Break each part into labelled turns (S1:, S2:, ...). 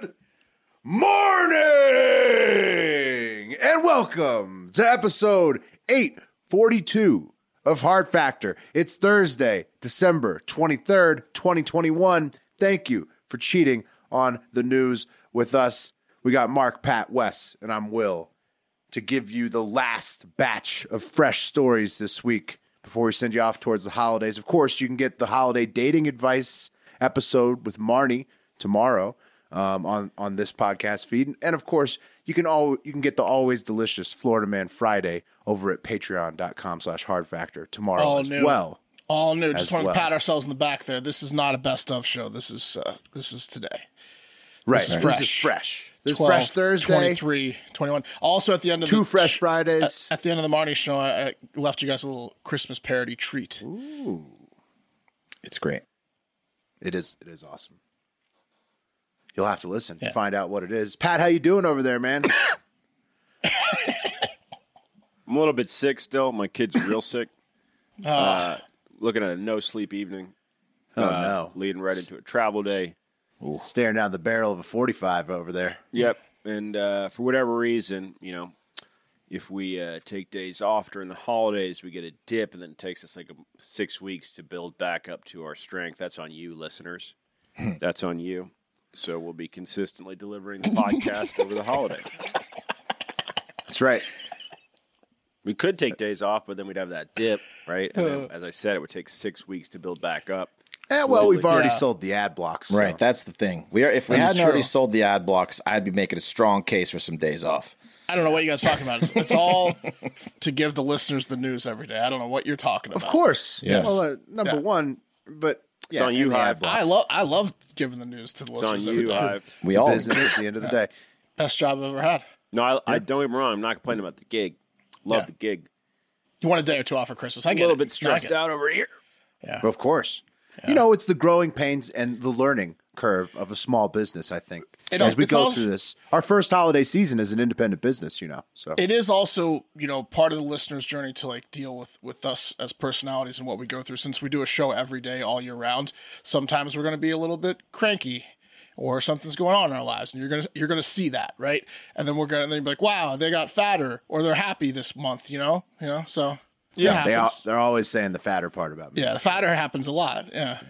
S1: Good morning and welcome to episode 842 of Hard Factor. It's Thursday, December 23rd, 2021. Thank you for cheating on the news with us. We got Mark, Pat, Wes, and I'm Will to give you the last batch of fresh stories this week before we send you off towards the holidays. Of course, you can get the holiday dating advice episode with Marnie tomorrow um, on on this podcast feed, and of course, you can all you can get the always delicious Florida Man Friday over at Patreon.com/slash Hard Factor tomorrow
S2: All
S1: as
S2: new.
S1: well.
S2: All new. Just
S1: As
S2: want
S1: well.
S2: to pat ourselves in the back there. This is not a best of show. This is uh, this is today.
S1: Right,
S2: is
S1: this is
S2: fresh.
S1: fresh. This is
S2: 12,
S1: fresh Thursday.
S2: 23, 21. Also at the end of
S1: Two
S2: the
S1: fresh Fridays.
S2: At the end of the Marnie show, I, I left you guys a little Christmas parody treat.
S1: It's great. It is. It is awesome. You'll have to listen
S2: Yeah.
S1: to find out what it is. Pat, how you doing over there, man?
S3: I'm a little bit sick still. My kid's real sick. Uh, looking at a no sleep evening,
S1: Ah.
S2: Uh,
S1: oh no,
S3: leading right into a travel day.
S1: staring down the barrel of a forty-five over there.
S3: Yep. And uh, for whatever reason, you know, if we uh, take days off during the holidays, we get a dip, and then it takes us like um, six weeks to build back up to our strength. That's on you, listeners.
S1: Hmm.
S3: That's on you. So we'll be consistently delivering the podcast over the holidays.
S1: That's right.
S3: We could take days off, but then we'd have that dip, right? And then, as I said, it would take six weeks to build back up.
S1: Uh. Eh, well, we've
S3: Slowly.
S1: already
S2: Yeah.
S1: sold the ad blocks, so-
S4: Right, that's the thing. We are if we
S2: That's
S4: hadn't already
S2: true.
S4: sold the ad blocks, I'd be making a strong case for some days off.
S2: I don't know what you guys are talking about. It's, it's all to give the listeners the news every day. I don't know what you're talking about.
S1: Of course.
S4: Yes.
S1: Well, uh, number
S2: Yeah.
S1: one, but
S3: It's on you,
S1: and the
S3: Hive.
S1: ad blocks.
S2: I love I love giving the news to the
S3: It's on
S2: listeners. every
S3: you,
S2: day.
S3: Hive.
S4: We all
S1: business at the end of the day.
S2: Best job I've ever had.
S3: No, I, I don't get me wrong. I'm not complaining about the gig. Love
S2: Yeah.
S3: the gig.
S2: You want a day or two off for Christmas? I
S3: A
S2: get
S3: little
S2: it.
S3: bit stressed out over here.
S1: Of course. You know, it's the growing pains and the learning curve of a small business, I think.
S2: It
S1: As
S2: al-
S1: we
S2: it's
S1: go
S2: all-
S1: through this, our first holiday season is an independent business, you know. So
S2: it is also you know part of the listener's journey to like deal with with us as personalities and what we go through since we do a show every day all year round sometimes we're going to be a little bit cranky or something's going on in our lives and you're going to you're going to see that right and then we're going to then you'll be like wow they got fatter or they're happy this month you know you know so yeah
S1: they are, they're always saying the fatter part about me.
S2: yeah the fatter happens a lot yeah.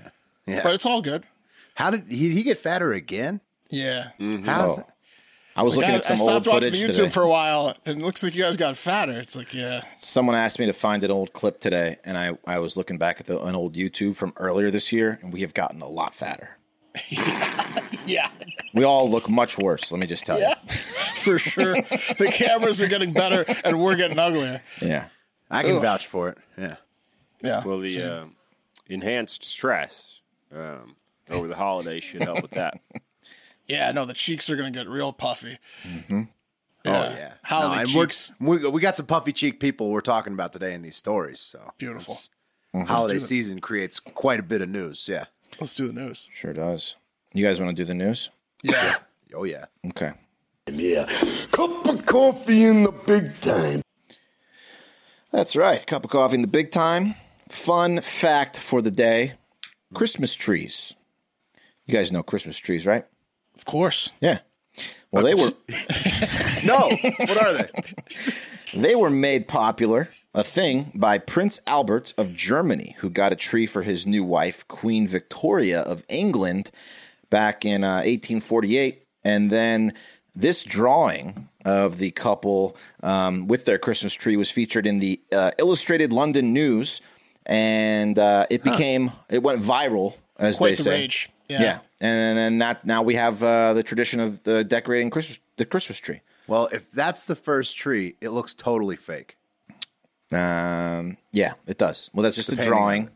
S1: Yeah.
S2: but it's all good
S1: How did he, he get fatter again?
S2: yeah
S1: How's
S4: Oh. I was looking
S2: I,
S4: at some
S2: I stopped
S4: old
S2: watching
S4: footage
S2: the youtube
S4: today.
S2: for a while and it looks like you guys got fatter it's like yeah
S4: Someone asked me to find an old clip today, and I, I was looking back at the, an old YouTube from earlier this year, and we have gotten a lot fatter.
S2: yeah
S4: We all look much worse. Let me just tell
S2: for sure. the cameras are getting better, and we're getting uglier.
S4: you. Yeah,
S1: I can vouch for it. Yeah.
S2: Yeah.
S3: Well, the uh, enhanced stress um, over the holiday should help with that.
S2: yeah. No, the cheeks are going to get real puffy.
S1: Oh yeah.
S2: Holiday
S1: and we're-
S2: cheeks.
S1: We, we got some puffy cheek people we're talking about today in these stories. So
S2: Beautiful.
S1: It's- Holiday season creates quite a bit of news. Yeah.
S2: Let's do the news.
S4: sure does. You guys want to do the news?
S2: Yeah.
S1: Oh yeah.
S4: Okay.
S5: Yeah. Cup of coffee in the big time.
S4: That's right. Cup of coffee in the big time. Fun fact for the day Christmas trees. You guys know Christmas trees, right?
S2: of course.
S4: Yeah. Uh, Well, they were
S1: No. what are they?
S4: They were made popular, a thing, by Prince Albert of Germany, who got a tree for his new wife, Queen Victoria of England, back in uh, 1848. And then this drawing of the couple um, with their Christmas tree was featured in the uh, Illustrated London News, and uh, it became, it went viral, as
S2: Quite
S4: they
S2: the
S4: say.
S2: rage. Yeah.
S4: Yeah. and then that now we have uh, the tradition of uh, decorating Christmas the Christmas tree.
S1: Well, if that's the first tree, it looks totally fake.
S4: Um, yeah, it does. Well, that's just a
S1: Depending on
S4: drawing.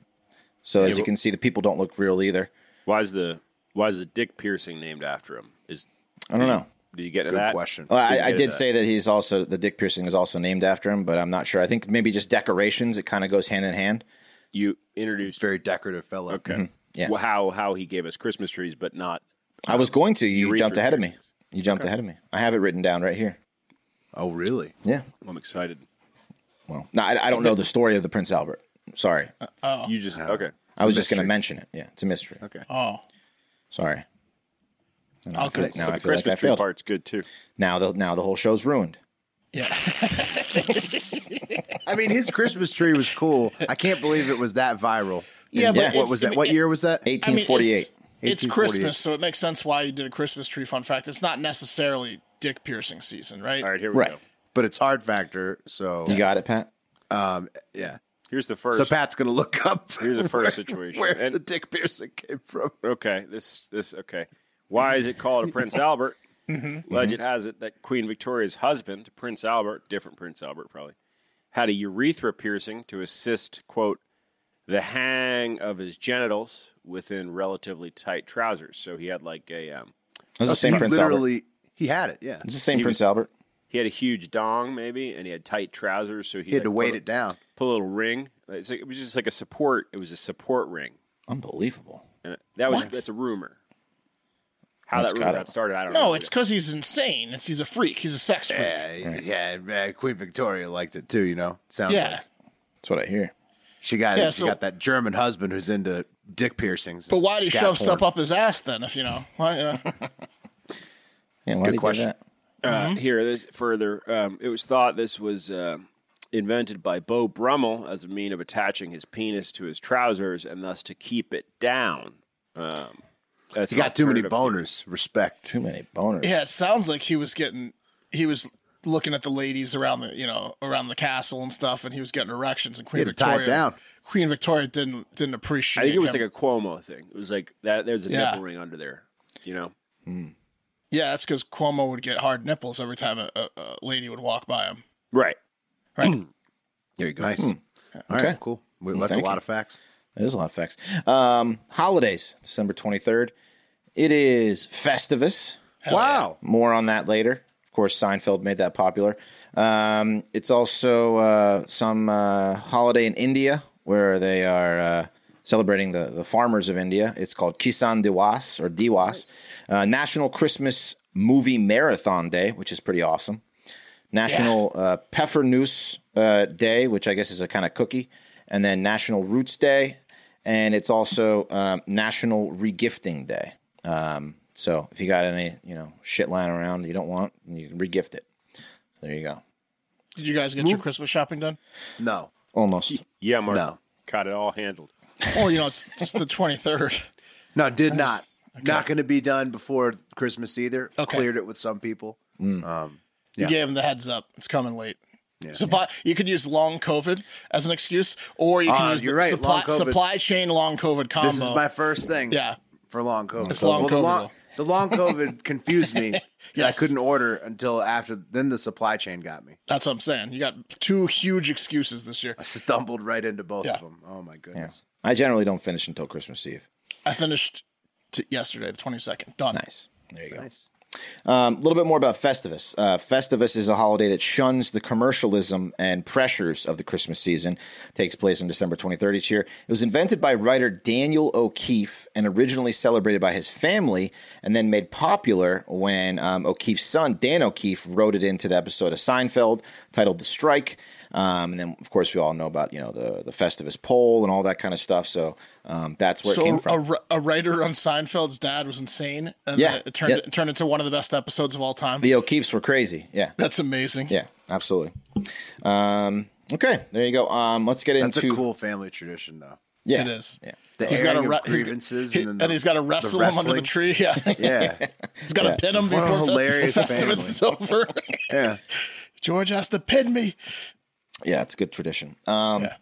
S4: So as
S3: Yeah,
S4: you
S3: but-
S4: can see, the people don't look real either.
S3: Why is the why is the Dick piercing named after him? Is
S4: I don't know.
S3: did you get to
S1: Good
S3: that
S1: question.
S4: Well, I, I
S3: get
S4: did
S3: that.
S4: say that he's also the Dick piercing is also named after him, but I'm not sure. I think maybe just decorations. It kind of goes hand in hand.
S3: You introduced
S1: Very decorative fellow.
S3: okay,
S4: yeah.
S3: Well, how how he gave us Christmas trees, but not
S4: I was going to. You,
S3: read
S4: jumped
S3: through
S4: ahead of me.
S3: piercings.
S4: You jumped ahead of me. I have it written down right here.
S1: Oh, really?
S4: Yeah.
S3: I'm excited.
S4: Well, no, I, I don't know the story of the Prince Albert. Sorry,
S3: You just okay.
S4: I was just going to mention it. Yeah, it's a mystery. Okay.
S2: Oh,
S4: Sorry.
S2: I'll
S4: feel like
S2: cons-
S3: The
S4: now I feel like
S3: Christmas
S4: I
S3: tree
S4: failed.
S3: part's good too.
S4: Now the now the whole show's ruined.
S2: yeah.
S1: I mean, his Christmas tree was cool. I can't believe it was that viral.
S2: Yeah, but
S1: what
S2: it's-
S1: was
S2: I
S1: that?
S2: mean,
S1: What
S2: it-
S1: year was that?
S2: I mean,
S4: 1848.
S2: It's, it's
S1: 1848.
S2: Christmas, so it makes sense why you did a Christmas tree fun fact. It's not necessarily dick piercing season, right?
S3: All right, here we
S4: Right.
S3: go.
S1: But it's hard factor. So
S4: You got it, Pat.
S1: yeah.
S3: Here's the first.
S1: So Pat's gonna look up.
S3: Here's the first
S1: where-
S3: situation.
S1: where
S3: And-
S1: the Dick Pearson came from.
S3: okay, this this okay. Why is it called a Prince Albert?
S2: Mm-hmm.
S3: Legend has it that Queen Victoria's husband, Prince Albert, different Prince Albert probably, had a urethra piercing to assist quote the hang of his genitals within relatively tight trousers. So he had like a um,
S4: That's the same
S1: he
S4: Prince Albert.
S1: literally he had it. Yeah,
S4: It's the same Prince Albert.
S3: he had a huge dong maybe, and he had tight trousers, so he,
S1: he had to
S3: like,
S1: weight
S3: put,
S1: it down.
S3: Put a little ring. It's like, it was just like a support. It was a support ring,
S4: Unbelievable.
S3: and it- that was
S2: What?
S3: that's a rumor. How
S4: That's
S3: that rumor
S4: gotta-
S3: got started, I don't know.
S2: No, it's because he's insane. It's he's a freak. He's a sex freak. Yeah,
S1: Yeah, yeah. uh, Queen Victoria liked it too. You know, sounds like
S4: That's what I hear.
S1: she got
S2: Yeah,
S1: it. She
S2: so-
S1: got that German husband who's into dick piercings.
S2: but why do you
S1: Scat
S2: shove
S1: porn.
S2: stuff up his ass then? If you know, why, uh, you know?
S4: Yeah, why
S1: Good
S4: did he do
S1: question.
S4: that?
S3: Uh,
S2: Mm-hmm.
S3: here, this further, um, it was thought this was uh, invented by Beau Brummel as a mean of attaching his penis to his trousers and thus to keep it down. Um, as
S1: He
S3: an
S1: got too many
S3: alternative
S1: boners. Respect.
S4: Too many boners.
S2: yeah, it sounds like he was getting he was looking at the ladies around the you know around the castle and stuff, and he was getting erections. And Queen
S1: Get it tied
S2: Victoria
S1: down.
S2: Queen Victoria didn't didn't
S3: theory.
S2: appreciate.
S3: I think it was
S2: him.
S3: like a Cuomo thing. It was like that. There's a
S2: Yeah.
S3: nipple ring under there. You know,
S2: yeah, that's because Cuomo would get hard nipples every time a, a, a lady would walk by him.
S3: right?
S2: Right.
S3: There you go.
S1: Nice. All
S4: Hmm. Okay. Hmm,
S1: right, cool. We- That's a
S4: thank
S1: lot
S4: you.
S1: of facts.
S4: That is a lot of facts. Um, holidays, December 23rd. It is Festivus.
S1: wow.
S4: More on that later. Of course, Seinfeld made that popular. Um, it's also uh, some uh, holiday in India where they are uh, celebrating the, the farmers of India. It's called Kisan Diwas or Diwas, uh, National Christmas Movie Marathon Day, which is pretty awesome. National uh, Peffernuss uh, Day, which I guess is a kind of cookie, and then National Roots Day, and it's also um, National Regifting Day. Um, so if you got any, you know, shit lying around you don't want, you can regift it. There you go.
S2: Did you guys get your Christmas shopping done?
S1: No.
S4: Almost.
S3: Yeah, Mark.
S1: No.
S3: Got it all handled.
S2: Well, you know, it's just the twenty third.
S1: No, did not. Not going to be done before Christmas either.
S2: Okay.
S1: Cleared it with some people.
S2: You gave him the heads up. It's coming late. supply. You could use long COVID as an excuse, or you can
S1: Ah,
S2: use the
S1: you're right,
S2: supply,
S1: long COVID.
S2: supply chain long COVID combo.
S1: This is my first thing.
S2: Yeah.
S1: For long COVID.
S2: It's long
S1: the
S2: COVID,
S1: long,
S2: though.
S1: the long COVID confused me. and
S2: Yes.
S1: I couldn't order until after. Then the supply chain got me.
S2: That's what I'm saying. You got two huge excuses this year.
S1: I stumbled right into both
S2: Yeah.
S1: of them. Oh my goodness.
S4: I generally don't finish until Christmas Eve.
S2: I finished t- yesterday, the 22nd. Done.
S4: Nice. There you go.
S1: Nice.
S4: Um, a little bit more about Festivus. Uh, Festivus is a holiday that shuns the commercialism and pressures of the Christmas season. Takes place on December 23rd each year. It was invented by writer Daniel O'Keefe and originally celebrated by his family, and then made popular when um, O'Keefe's son Dan O'Keefe wrote it into the episode of Seinfeld titled "The Strike." Um, and then, of course, we all know about you know the the Festivus poll and all that kind of stuff. So um, that's where it
S2: So
S4: came
S2: a,
S4: from.
S2: wr- a writer on Seinfeld's dad was insane, and
S4: Yeah.
S2: it turned
S4: Yeah.
S2: it turned into one of the best episodes of all time.
S4: the O'Keefes were crazy. Yeah.
S2: That's amazing.
S4: Yeah, absolutely. Um, okay, there you go. Um, let's get
S1: That's
S4: into
S1: a cool family tradition, though.
S4: yeah,
S2: It is.
S4: Yeah.
S1: The
S2: He's
S1: airing
S2: got a
S1: of
S2: re- he's-
S1: grievances
S2: he-
S1: and then
S2: and
S1: the-
S2: he's got to
S1: the
S2: wrestle him under the
S1: wrestling.
S2: tree. Yeah,
S1: Yeah.
S2: he's got to
S4: Yeah.
S2: pin him
S1: What a
S2: before the-
S1: hilarious
S2: the Christmas is over.
S1: yeah.
S2: George has to pin me.
S4: Yeah, it's a good tradition. Um,
S2: Yeah.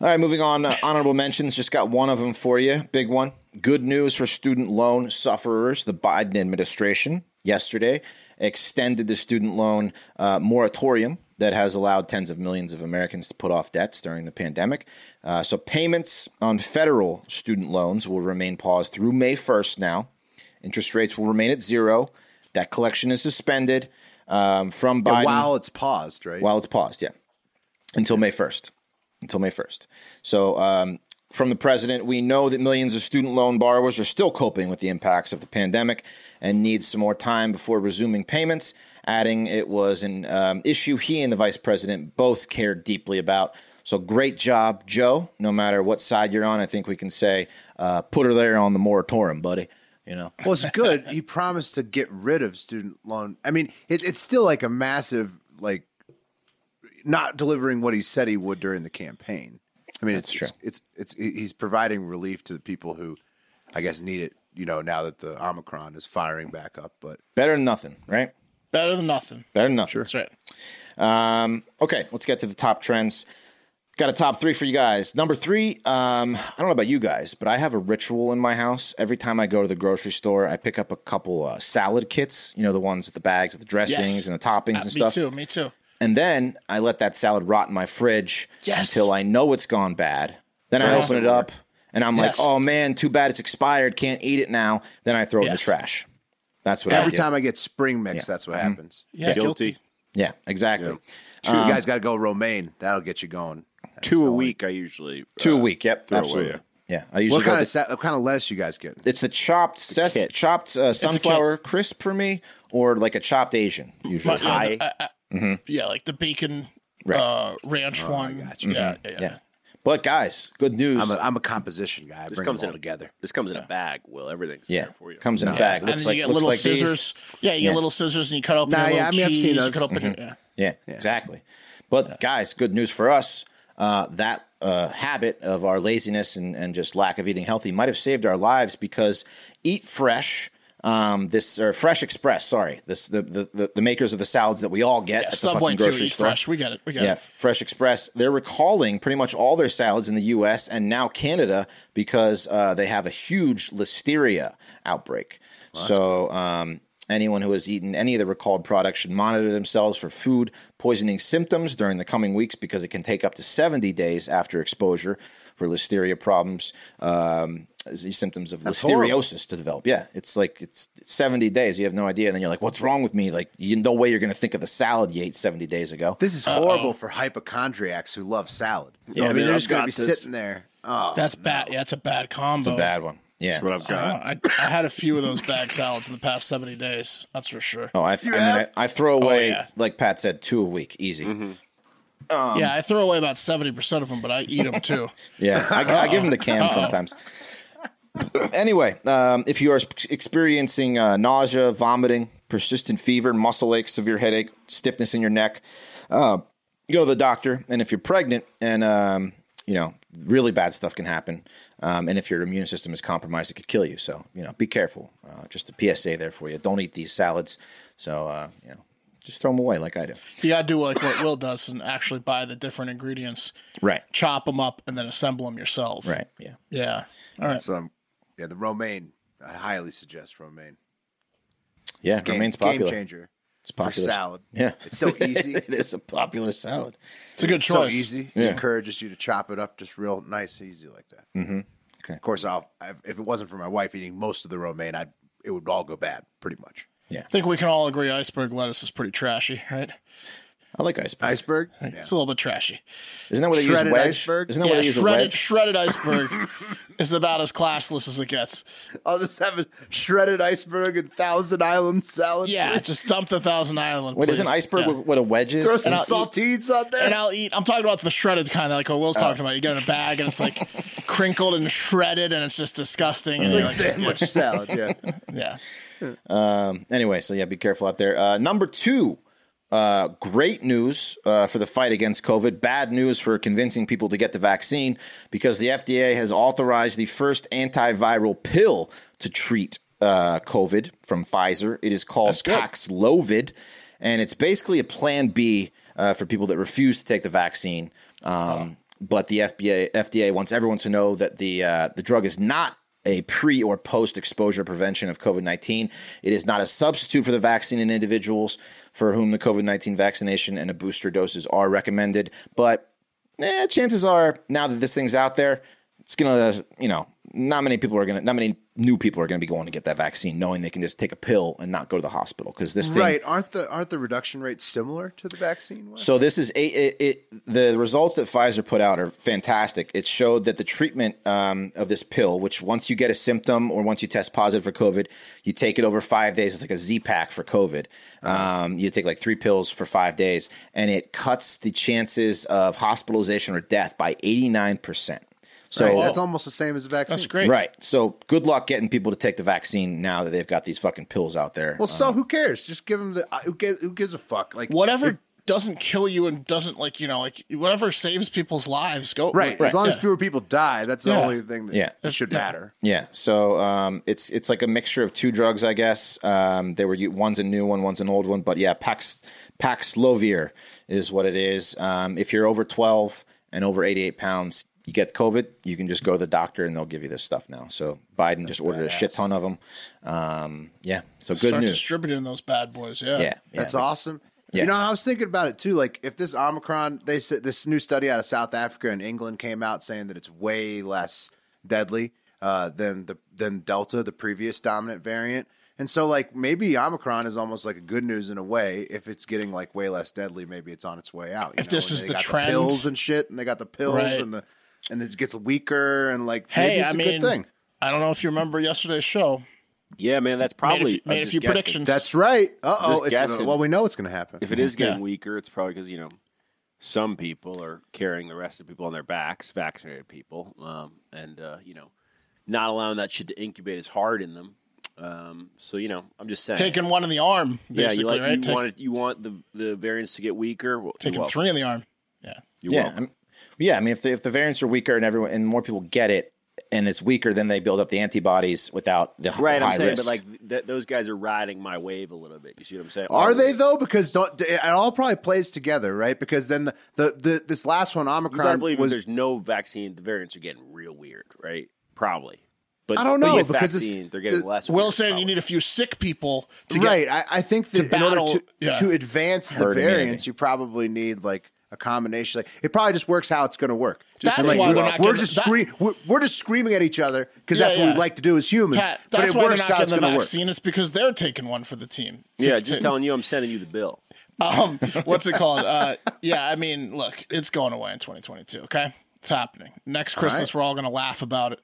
S4: All right, moving on. Uh, honorable mentions. Just got one of them for you. Big one. Good news for student loan sufferers. The Biden administration yesterday extended the student loan uh, moratorium that has allowed tens of millions of Americans to put off debts during the pandemic. Uh, so payments on federal student loans will remain paused through May 1st now. Interest rates will remain at zero. That collection is suspended um, from Biden
S1: while it's paused, right?
S4: while it's paused, yeah, until May 1st. Until May 1st. So, um, from the president, we know that millions of student loan borrowers are still coping with the impacts of the pandemic and need some more time before resuming payments, adding it was an um, issue he and the vice president both cared deeply about. So, great job, Joe. No matter what side you're on, I think we can say, uh, put her there on the moratorium, buddy. You know,
S1: well, it's good. He promised to get rid of student loan. I mean, it, it's still like a massive, like, not delivering what he said he would during the campaign. I mean, it's,
S4: true.
S1: It's, it's it's he's providing relief to the people who, I guess, need it. You know, now that the Omicron is firing back up, but
S4: better than nothing, right?
S2: Better than nothing.
S4: Better than nothing.
S2: That's right.
S4: Um, okay, let's get to the top trends. Got a top three for you guys. Number three, um, I don't know about you guys, but I have a ritual in my house. Every time I go to the grocery store, I pick up a couple uh, salad kits. You know, the ones with the bags, with the dressings, and the toppings
S2: Uh,
S4: and
S2: me
S4: stuff.
S2: too. Me too.
S4: And then I let that salad rot in my fridge
S2: Yes.
S4: until I know it's gone bad. Then I open it up and I'm
S2: Yes.
S4: like, oh man, too bad it's expired. Can't eat it now. Then I throw it in the
S2: Yes.
S4: trash. That's what I
S1: every
S4: do.
S1: time I get spring mix, that's what
S3: Mm-hmm.
S1: happens.
S2: Yeah, guilty.
S3: Guilty.
S4: Yeah, exactly.
S1: Two, you guys got to go romaine. That'll get you going. That's
S3: Two a
S1: selling.
S3: week, I usually.
S4: Two
S3: uh,
S4: a week. Yep,
S3: throw away.
S4: absolutely. Yeah, I usually
S1: What
S4: go
S1: kind
S4: to-
S1: of sa- what kind of lettuce you guys get?
S4: it's the chopped ses-
S3: kit.
S4: chopped uh, sunflower crisp for me, or like a chopped Asian usually.
S2: But, yeah,
S3: Thai.
S2: the- I- I- yeah, like the bacon
S4: Mm-hmm. Right. Mm-hmm.
S2: uh, ranch one. Yeah, yeah, yeah.
S4: yeah. But guys, good news.
S1: I'm a, I'm a composition guy. I
S3: This
S1: bring
S3: comes
S1: them
S3: in
S1: all
S3: a-
S1: together.
S3: This comes in a bag. Will everything's
S4: yeah,
S3: there for you?
S4: comes in a
S1: No.
S4: bag.
S2: And
S4: Looks
S2: then
S4: like
S2: you get
S4: looks
S2: little
S4: like these.
S2: scissors. Yeah, you get
S4: Yeah.
S2: little scissors and you cut open
S1: Nah,
S2: your
S1: yeah,
S2: little
S1: I mean, I've
S2: cheese.
S1: seen
S2: you
S1: those.
S2: cut open your-
S4: Mm-hmm.
S2: yeah.
S4: Yeah, exactly. But guys, good news for us. Uh, that uh, habit of our laziness and, and just lack of eating healthy might have saved our lives because Eat Fresh, um, this or Fresh Express, sorry, this the the, the, the makers of the salads that we all get at the
S2: Subway
S4: fucking
S2: too.
S4: grocery
S2: Eat
S4: store.
S2: fresh. We got it. We got
S4: Yeah,
S2: it.
S4: Fresh Express. They're recalling pretty much all their salads in the U.S. and now Canada because uh, they have a huge listeria outbreak. so um, anyone who has eaten any of the recalled products should monitor themselves for food poisoning symptoms during the coming weeks because it can take up to 70 days after exposure for listeria problems. Um, these symptoms of
S1: horrible.
S4: listeriosis to develop. Yeah, it's like it's 70 days. You have no idea, and then you're like, "What's wrong with me?" Like, you no way you're going to think of the salad you ate 70 days ago.
S1: This is horrible for hypochondriacs who love salad.
S3: Yeah,
S1: I mean,
S3: man,
S1: they're
S3: I've
S1: just going to
S3: got
S1: be
S3: this.
S1: sitting there. Oh,
S2: That's bad. Yeah, it's a bad combo.
S4: a bad one. Yeah.
S3: Oh. That's what I've
S2: I,
S3: got.
S2: don't know. I, I had a few of those bag salads in the past 70 days. That's for sure.
S4: Oh, I, and then I, I throw
S3: Oh,
S4: away,
S2: yeah.
S4: like Pat said, two a week, easy.
S3: Mm-hmm.
S4: Oh.
S2: yeah, I throw away about 70% of them, but I eat them too.
S4: Yeah, I, I give them the can sometimes. anyway, um, if you are sp- experiencing uh, nausea, vomiting, persistent fever, muscle ache, severe headache, stiffness in your neck, uh, you go to the doctor. And if you're pregnant, and um, you know, really bad stuff can happen. Um, and if your immune system is compromised, it could kill you. So you know, be careful. Uh, just a PSA there for you. Don't eat these salads. So uh, you know, just throw them away like I do.
S2: You got to do like what Will does and actually buy the different ingredients,
S4: Right.
S2: chop them up, and then assemble them yourself.
S4: Right. Yeah.
S2: Yeah. All right.
S1: so I'm- yeah, the romaine. I highly suggest romaine.
S4: Yeah.
S1: Game,
S4: remains
S1: game
S4: popular.
S1: changer
S4: it's
S1: for
S4: popular.
S1: salad.
S4: Yeah.
S1: it's so easy.
S4: it is a popular salad.
S2: It's a good
S1: so
S2: choice.
S1: easy.
S4: Yeah.
S1: It encourages you to chop it up just real nice, easy like that. Mm-hmm.
S4: Okay.
S1: Of course, I'll, i if it wasn't for my wife eating most of the romaine, I'd it would all go bad pretty much.
S2: I think we can all agree iceberg lettuce is pretty trashy, right?
S4: I like iceberg.
S1: Iceberg. Yeah.
S2: It's a little bit trashy.
S4: Isn't that what they use
S1: Shredded
S4: wedge?
S1: iceberg?
S4: Isn't that what
S2: yeah,
S4: they use a
S2: shredded,
S4: wedge?
S2: shredded iceberg is about as classless as it gets.
S1: I'll just have a shredded iceberg and Thousand Island salad.
S2: Yeah,
S1: please.
S2: just dump the Thousand Island.
S4: Wait,
S2: please.
S4: isn't iceberg
S2: Yeah.
S4: what- what a wedge is?
S1: Throw some
S2: I'll eat-
S1: saltines on there.
S2: and I'll eat. I'm talking about the shredded kind, of like what Will's
S4: Oh.
S2: talking about. You get it in a bag and it's like crinkled and shredded, and it's just
S4: Mm.
S2: disgusting.
S1: It's
S2: and
S1: like
S2: you're like,
S1: sandwich salad. Yeah.
S2: yeah,
S4: anyway, so yeah, be careful out there. Uh, number two, uh, great news uh, for the fight against COVID. Bad news for convincing people to get the vaccine because the FDA has authorized the first antiviral pill to treat uh, COVID from Pfizer. It is called
S2: That's good.
S4: Paxlovid, and it's basically a plan B uh, for people that refuse to take the vaccine. Um, But the FDA, FDA wants everyone to know that the uh, the drug is not a pre or post exposure prevention of COVID 19. It is not a substitute for the vaccine in individuals for whom the COVID 19 vaccination and a booster doses are recommended. But eh, chances are, now that this thing's out there, it's going to, you know, not many people are going to, not many new people are going to be going to get that vaccine knowing they can just take a pill and not go to the hospital because this thing
S1: Right? Aren't the aren't the reduction rates similar to the vaccine one?
S4: so this is a, it, it, the results that Pfizer put out are fantastic. It showed that the treatment um, of this pill, which once you get a symptom or once you test positive for COVID, you take it over five days. It's like a Z pack for COVID. Um, you take like three pills for five days, and it cuts the chances of hospitalization or death by eighty nine percent. So
S1: Right, that's almost the same as a vaccine.
S2: That's great.
S4: Right. So good luck getting people to take the vaccine now that they've got these fucking pills out there.
S1: Well, so who cares? Just give them the I- who gives, who gives a fuck? Like
S2: Whatever doesn't kill you and doesn't like you know like whatever saves people's lives. Go
S1: Right. As long as
S2: Yeah.
S1: fewer people die, that's the
S2: Yeah.
S1: only thing that
S4: Yeah.
S1: should matter.
S4: Yeah, so um, it's it's like a mixture of two drugs, I guess. Um, they were u- one's a new one, one's an old one, but yeah, Pax Paxlovir is what it is. Um, if you're over 12 and over 88 pounds, you get COVID. You can just go to the doctor and they'll give you this stuff now. So Biden just ordered a shit ton of them. Um, yeah, so good
S2: start
S4: news.
S2: distributing those bad boys. Yeah.
S4: yeah, yeah,
S1: That's awesome.
S4: Yeah.
S1: You know, I was thinking about it too. Like, if this Omicron, they said this new study out of South Africa and England came out saying that it's way less deadly uh, than the than Delta, the previous dominant variant. And so, like, maybe Omicron is almost like a good news in a way. If it's getting like way less deadly, maybe it's on its way out. you
S2: If this
S1: and
S2: is
S1: they
S2: the
S1: got
S2: trend.
S1: pills and shit, and they got the pills
S2: Right.
S1: and the and it gets weaker, and like,
S2: Hey,
S1: maybe it's
S2: I
S1: a
S2: mean,
S1: good thing.
S2: I don't know if you remember yesterday's show.
S3: Yeah, man,
S2: Made a
S3: that's probably
S2: few- made a
S3: I'm just
S2: few
S3: guessing.
S2: predictions.
S1: That's right. Uh
S3: Just
S1: oh, it's
S3: guessing.
S1: gonna, well, we know it's going to happen.
S3: If it is getting
S2: Yeah.
S3: weaker, it's probably because you know some people are carrying the rest of the people on their backs, vaccinated people, um, and uh, you know not allowing that shit to incubate as hard in them. Um, so you know, I'm just saying.
S2: Taking one in the arm,
S3: yeah,
S2: basically,
S3: you like
S2: right?
S3: you
S2: Take-
S3: want it, you want the the variants to get weaker. Well,
S2: taking
S3: well,
S2: three in the arm. Yeah.
S3: You're
S4: Yeah,
S3: welcome.
S4: I'm- yeah. I mean, if the, if the variants are weaker and everyone and more people get it and it's weaker, then they build up the antibodies without the h-
S3: right.
S4: high
S3: I'm saying,
S4: risk.
S3: but like th- those guys are riding my wave a little bit. You see what I'm saying?
S1: Are they though? Because don't it all probably plays together, right? Because then the the, the this last one,
S3: You gotta
S1: Omicron,
S3: believe
S1: was
S3: if there's no vaccine, the variants are getting real weird, right? Probably. But
S1: I don't
S3: but
S1: know,
S3: you get
S1: because it's-
S3: vaccine, they're getting
S1: it-
S3: less.
S2: Will
S3: weird,
S2: saying
S3: probably.
S2: you need a few sick people to get
S1: right. I, I think that
S2: to
S1: in order
S2: battle-
S1: to,
S2: yeah.
S1: to advance the
S4: Herd immunity.
S1: variants, you probably need like a combination. Like it probably just works how it's going to work.
S2: That's
S1: like,
S2: why
S1: we're,
S2: they're not
S1: we're
S2: getting
S1: just
S2: the-
S1: scree- we're, we're just screaming at each other because
S2: Yeah,
S1: that's what
S2: yeah.
S1: we like to do as humans.
S2: Pat,
S1: but
S2: that's
S1: it
S2: why they're
S1: works
S2: not
S1: how it's
S2: getting the
S1: going to work.
S2: vaccine. It's because they're taking one for the team.
S3: Yeah, just telling you, I'm sending you the bill.
S2: Um, what's it called? Uh, yeah, I mean, look, it's going away in 2022. Okay, it's happening. Next Christmas,
S1: right.
S2: we're all going to laugh about it.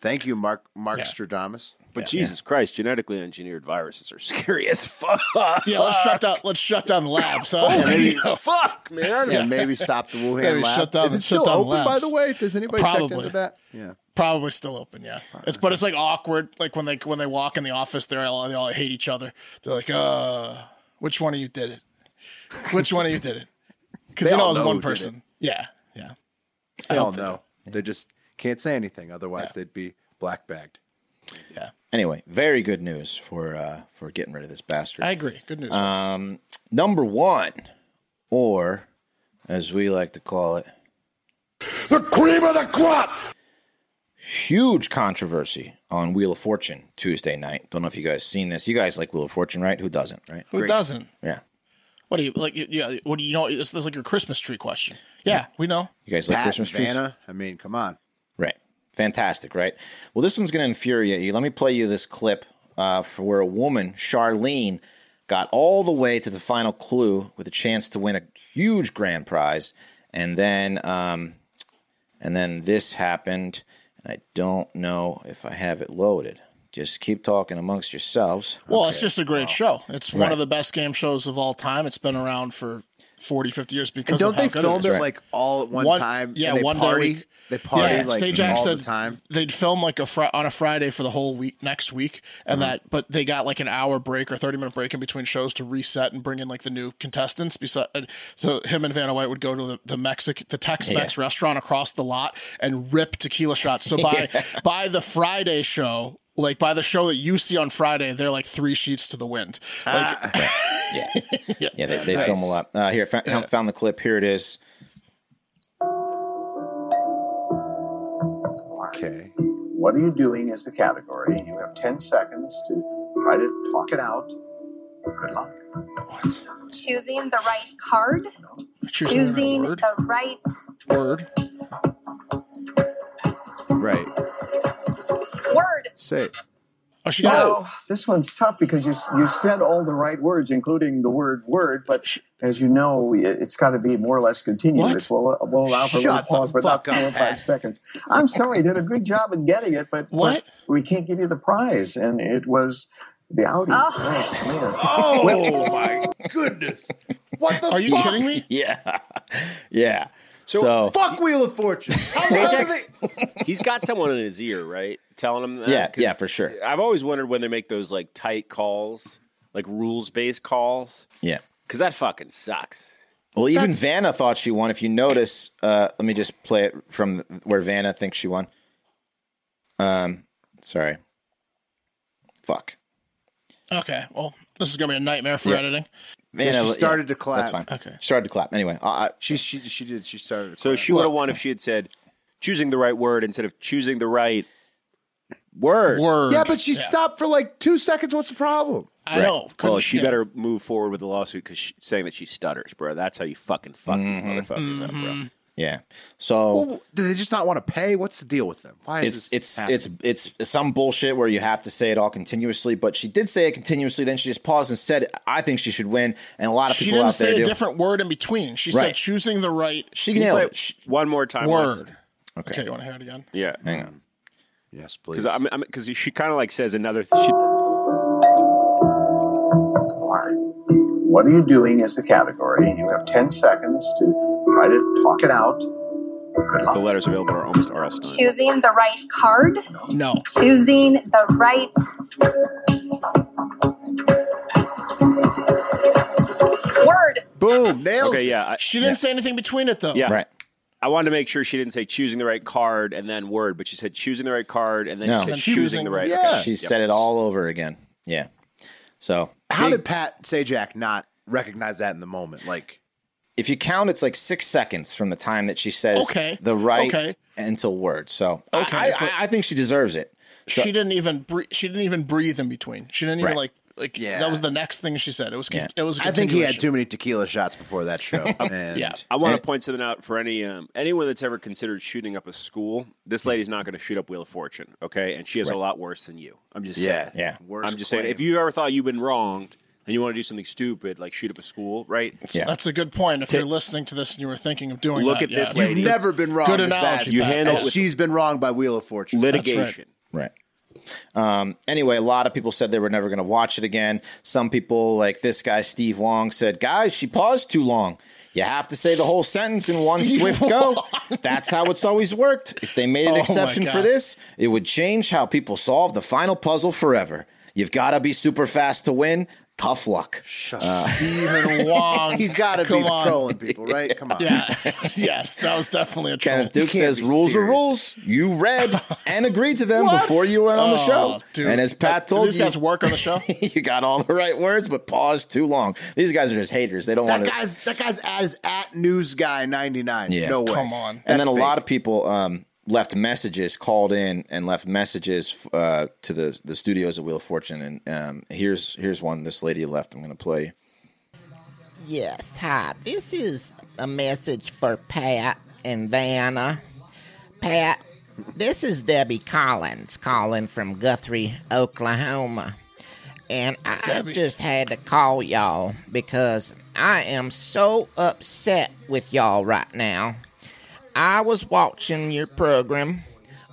S1: Thank you, Mark Mark
S2: Yeah.
S1: Stradamus.
S3: But Jesus Christ, genetically engineered viruses are scary as fuck.
S2: Yeah, let's shut down. Let's shut down the labs. Huh?
S3: Holy fuck, man.
S1: And maybe stop the Wuhan
S2: Maybe
S1: lab.
S2: shut down-
S1: Is it
S2: shut
S1: still
S2: down
S1: open, by
S2: labs.
S1: the way? Does anybody check
S2: Probably.
S1: into that? Yeah.
S2: Probably still open. Yeah, it's but it's like awkward. Like when they when they walk in the office, they're all they all hate each other. They're like, uh, which one of you did it? Which one of you did it? Because
S1: They
S2: you know
S1: all
S2: it was
S1: know
S2: one
S1: who did
S2: person. Yeah, yeah.
S1: They all know. They just can't say anything, otherwise they'd be black bagged.
S4: Anyway, very good news for uh, for getting rid of this bastard.
S2: I agree. Good news.
S1: Uh,
S4: Number one, or as we like to call it,
S6: The cream of the crop!
S4: huge controversy on Wheel of Fortune Tuesday night. Don't know if you guys seen this. You guys like Wheel of Fortune, right? Who doesn't, right?
S2: Who doesn't?
S4: Yeah.
S2: What do you like? you- Yeah, what do you know? This, this is like your Christmas tree question. Yeah, we know.
S4: You guys like
S1: Pat
S4: Christmas trees?
S1: Vanna, I mean, come on.
S4: Right. Fantastic, right? Well, this one's going to infuriate you. Let me play you this clip uh, for where a woman, Charlene, got all the way to the final clue with a chance to win a huge grand prize, and then um, and then this happened, and I don't know if I have it loaded. Just keep talking amongst yourselves.
S2: Well, it's just a great show. It's one of the best game shows of all time. It's been around for 40, 50 years because
S1: Don't
S2: of how
S1: they
S2: good
S1: film
S2: it.
S1: it
S2: is.
S1: like all at one,
S2: One-
S1: time?
S2: yeah,
S1: and they
S2: one day a
S1: party.
S2: week.
S1: They party
S2: yeah,
S1: like
S2: Sage
S1: all
S2: said
S1: the time.
S2: they'd film like a fr- on a Friday for the whole week next week, and
S1: Mm-hmm.
S2: that but they got like an hour break or thirty minute break in between shows to reset and bring in like the new contestants. Besides, so him and Vanna White would go to the the Mexic the Tex Mex restaurant across the lot and rip tequila shots. So by by the Friday show. Like by the show that you see on Friday, they're like three sheets to the wind. Like
S1: Ah.
S4: Yeah, yeah, they, they film a lot. Uh, here, found, found the clip. Here it is.
S1: Okay.
S7: What are you doing is the category. You have 10 seconds to try to talk it out. Good luck.
S8: Choosing the right card.
S2: Choosing,
S8: Choosing
S2: word.
S8: the right.
S2: Word.
S1: Right.
S8: Word.
S1: Say it.
S2: Oh, she got it.
S7: Oh, this one's tough because you you said all the right words, including the word word, but as you know, it- it's got to be more or less continuous. We'll, we'll allow for a little
S1: Shut the
S7: pause, but not
S1: fuck up,
S7: four or five
S1: Pat.
S7: seconds. I'm sorry, did a good job in getting it, but, but
S2: What?
S7: we can't give you the prize, and it was the Audi.
S1: Ah!
S8: Oh.
S1: Oh my goodness! What the
S2: Are you
S1: fuck?
S2: kidding me?
S4: Yeah. yeah. So,
S1: Fuck Wheel of Fortune. How
S3: So
S1: the hell do
S3: Jack's-
S1: they-
S3: He's got someone in his ear, right? Telling him that.
S4: yeah,
S3: 'Cause
S4: yeah, for sure.
S3: I've always wondered when they make those like tight calls, like rules based calls,
S4: Yeah.
S3: because that fucking sucks.
S4: Well, even Vanna thought she won. If you notice, uh, let me just play it from where Vanna thinks she won. Um, sorry. Fuck.
S2: Okay. Well, this is gonna be a nightmare for
S4: Yeah.
S2: editing.
S4: Vanna
S1: she
S4: yeah,
S1: started to clap.
S4: That's fine.
S2: Okay.
S4: Started to clap. Anyway, I, I,
S1: She she she did. She started. To
S3: So
S1: clap.
S3: she would have won if she had said choosing the right word instead of choosing the right word.
S2: Word.
S1: yeah, but she stopped for like two seconds. What's the problem?
S2: I know.
S3: Well,
S2: Couldn't-
S3: she
S2: yeah.
S3: better move forward with the lawsuit because saying that she stutters, bro. That's how you fucking fuck these motherfuckers up, bro.
S4: yeah. So
S1: Well, do they just not want to pay? What's the deal with them? Why is
S4: it's it's
S1: this happening?
S4: it's it's some bullshit where you have to say it all continuously. But she did say it continuously. Then she just paused and said, "I think she should win." And a lot of
S2: She
S4: people
S2: didn't
S4: out there
S2: say a
S4: do.
S2: different word in between. She said
S4: Right.
S2: choosing the right
S4: she nailed
S3: Play
S4: it. She-
S3: it One more time. Les.
S2: word.
S4: okay.
S2: Okay, you want to hear it again?
S3: Yeah.
S4: Hang on.
S1: yes, please.
S3: Because I'm, I'm, cause she kind of like says another. Th- she,
S7: What are you doing is the category. You have 10 seconds to try to talk it out. Good
S3: the
S7: luck.
S3: letters available are almost R.L. Stein.
S8: Choosing the right card.
S2: No.
S8: Choosing the right. Word.
S1: Boom, nails.
S3: Okay,
S1: it.
S3: yeah, I,
S2: She didn't say anything between it though.
S3: yeah.
S4: Right.
S3: I wanted to make sure she didn't say choosing the right card and then word, but she said choosing the right card and then
S4: No.
S3: she said
S2: And
S3: choosing,
S2: choosing-
S3: the right.
S1: Yeah.
S3: okay.
S4: She
S3: Yep.
S4: said it all over again. Yeah. So
S1: How did Pat Sajak not recognize that in the moment? Like,
S4: if you count, it's like six seconds from the time that she says
S2: Okay.
S4: the right
S2: Okay.
S4: until word. So
S2: Okay,
S4: I, I,
S2: but-
S4: I think she deserves it.
S2: she didn't even breathe. She didn't even breathe in between. She didn't even
S4: Right.
S2: like like
S1: Yeah.
S2: that was the next thing she said. It was con-
S4: Yeah.
S2: it was. a
S1: I think he had
S2: continuation.
S1: too many tequila shots before that show. and
S2: Yeah.
S3: I want to point something out for any um, anyone that's ever considered shooting up a school. This lady's not going to shoot up Wheel of Fortune, okay? And she is a lot worse than you. I'm just
S1: yeah,
S3: saying.
S4: Yeah.
S1: Worst
S3: I'm just saying.
S1: claim.
S3: If you ever thought you've been wronged and you want to do something stupid, like shoot up a school, right?
S4: Yeah.
S2: That's a good point. If you're listening to this and you were thinking of doing,
S3: Look
S2: that,
S3: at this
S2: yeah.
S3: lady.
S1: You've never been wrong.
S2: Good
S1: as bad
S2: analogy,
S3: You
S2: Pat.
S3: handle
S1: as
S3: it with
S1: she's been wrong by Wheel of Fortune.
S3: litigation.
S4: Right. Um, anyway, a lot of people said they were never going to watch it again. Some people, like this guy, Steve Wong, said, Guys, she paused too long. You have to say the whole sentence in one swift go. That's how it's always worked. If they made an
S2: Oh my
S4: exception for
S2: God.
S4: this, it would change how people solve the final puzzle forever. You've got to be super fast to win. Tough luck.
S2: Stephen Wong.
S1: He's got to be
S2: come on.
S1: trolling people, right? Come on.
S2: Yeah. yes, that was definitely a troll.
S4: Kenneth Duke
S1: can't
S4: says
S1: be
S4: rules are
S1: serious.
S4: rules. You read and agreed to them before you went on the
S2: Oh,
S4: show.
S2: dude.
S4: And as Pat
S2: Do
S4: told
S2: these
S4: you,
S2: guys work on the show.
S4: you got all the right words, but pause too long. These guys are just haters. They don't
S1: That
S4: want to.
S1: guy's that guy's as at news guy ninety nine.
S4: Yeah.
S1: No way.
S2: Come on.
S4: and then
S1: that's
S4: a lot
S1: fake.
S4: of people um, left messages, called in, and left messages uh, to the the studios of Wheel of Fortune. And um, here's here's one this lady left. I'm going to play.
S9: Yes, hi. This is a message for Pat and Vanna. Pat, this is Debbie Collins calling from Guthrie, Oklahoma. And I just had to call y'all because I am so upset with y'all right now. I was watching your program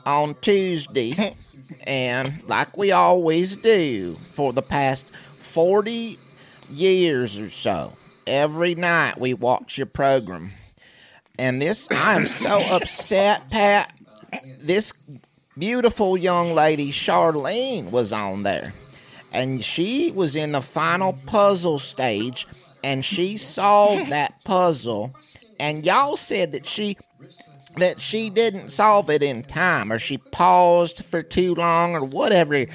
S9: on Tuesday, and like we always do for the past 40 years or so, every night we watch your program. And this, I am so upset, Pat. This beautiful young lady, Charlene, was on there. And she was in the final puzzle stage, and she solved that puzzle. And y'all said that she that she didn't solve it in time or she paused for too long or whatever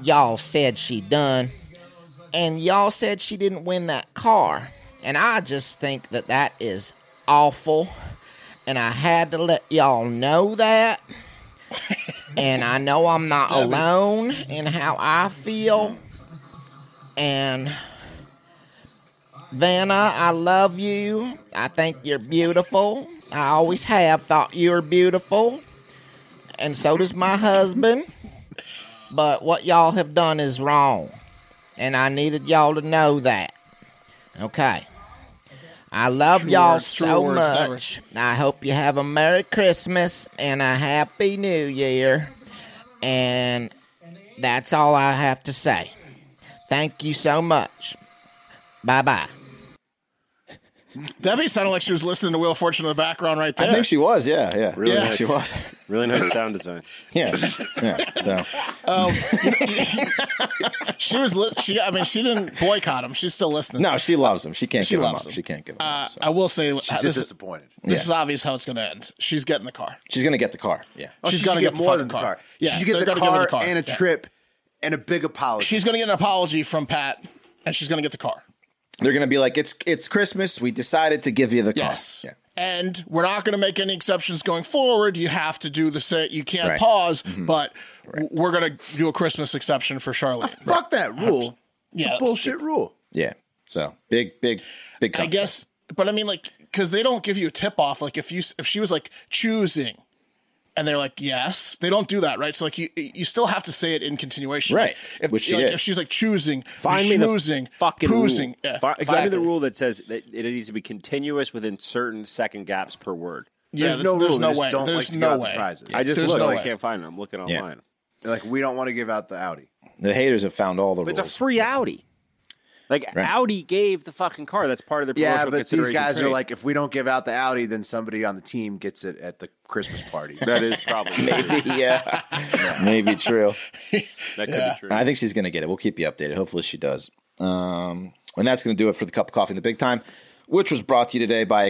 S9: y'all said she done and y'all said she didn't win that car and i just think that that is awful and i had to let y'all know that and I know I'm not alone in how I feel. And Vanna, I love you. I think you're beautiful. I always have thought you were beautiful. And so does my husband. But what y'all have done is wrong. And I needed y'all to know that. Okay. I love
S2: True
S9: y'all
S2: words, true
S9: so
S2: words, never.
S9: much. I hope you have a Merry Christmas and a Happy New Year. And that's all I have to say. Thank you so much. Bye bye.
S2: Debbie sounded like she was listening to Wheel of Fortune in the background right there.
S4: I think she was. Yeah, yeah.
S3: Really
S4: Yeah,
S3: nice.
S4: she was.
S3: Really nice sound design.
S4: Yeah, yeah. So
S2: She was. Li- she. I mean, she didn't boycott him. She's still listening.
S4: no, she loves him. She can't
S2: She
S4: give him
S2: loves
S4: up.
S2: him.
S4: She can't give him
S2: Uh,
S4: up. So.
S2: I will say this,
S1: She's just
S2: is,
S1: disappointed.
S2: this
S4: Yeah.
S2: is obvious how it's going to end. She's getting the car.
S4: She's gonna get the car. Yeah.
S1: Oh,
S2: She's
S1: she
S2: gotta
S1: should get,
S2: get the
S1: more
S2: fucking
S1: than the
S2: car.
S1: car.
S2: Yeah,
S1: she should get
S2: they're
S1: the
S2: gonna give her
S1: car,
S2: the car.
S1: and a
S2: Yeah.
S1: trip and a big apology.
S2: She's going to get an apology from Pat, and she's going to get the car.
S4: They're gonna be like, it's it's Christmas. We decided to give you the car.
S2: Yes.
S4: Yeah.
S2: And we're not going to make any exceptions going forward. You have to do the same. You can't
S4: Right. Mm-hmm.
S2: pause, but w- we're going to do a Christmas exception for Charlotte.
S1: Fuck that rule. It's
S2: Yeah,
S1: a
S2: that's
S1: bullshit rule.
S4: Yeah. So big, big, big.
S2: I
S4: Comeback.
S2: guess, but I mean, like, because they don't give you a tip off. Like, if you if she was like choosing, and they're like yes, they don't do that, right? So like, you you still have to say it in continuation,
S4: Right,
S2: If
S4: which she
S2: like,
S4: did.
S2: if she's like choosing,
S3: Find me
S2: schmoozing,
S3: the fucking
S2: poozing,
S3: rule.
S2: yeah,
S3: Fi- Find me
S2: exactly.
S3: the rule that says that it needs to be continuous within certain second gaps per word.
S1: there's
S2: Yeah, there's,
S1: no
S2: there's
S1: rule.
S2: no
S1: They just
S2: way.
S1: don't
S2: there's
S1: like to give
S2: no
S1: out the
S2: way.
S1: prizes.
S3: I just
S2: There's
S3: looked.
S2: no
S3: I
S2: way.
S3: can't find it. I'm looking
S4: Yeah.
S3: online.
S1: Like we don't want to give out the Audi.
S4: the haters have found all the
S3: But
S4: rules.
S3: it's a free Audi. Like Audi gave the fucking car. That's part of their
S1: Yeah,
S3: promotional
S1: but these
S3: consideration
S1: guys are
S3: trade.
S1: like, if we don't give out the Audi, then somebody on the team gets it at the Christmas party.
S3: that is probably maybe
S4: yeah. Maybe true.
S3: that could be true.
S4: I think she's gonna get it. We'll keep you updated. Hopefully she does. Um, and that's gonna do it for the cup of coffee in the big time, which was brought to you today by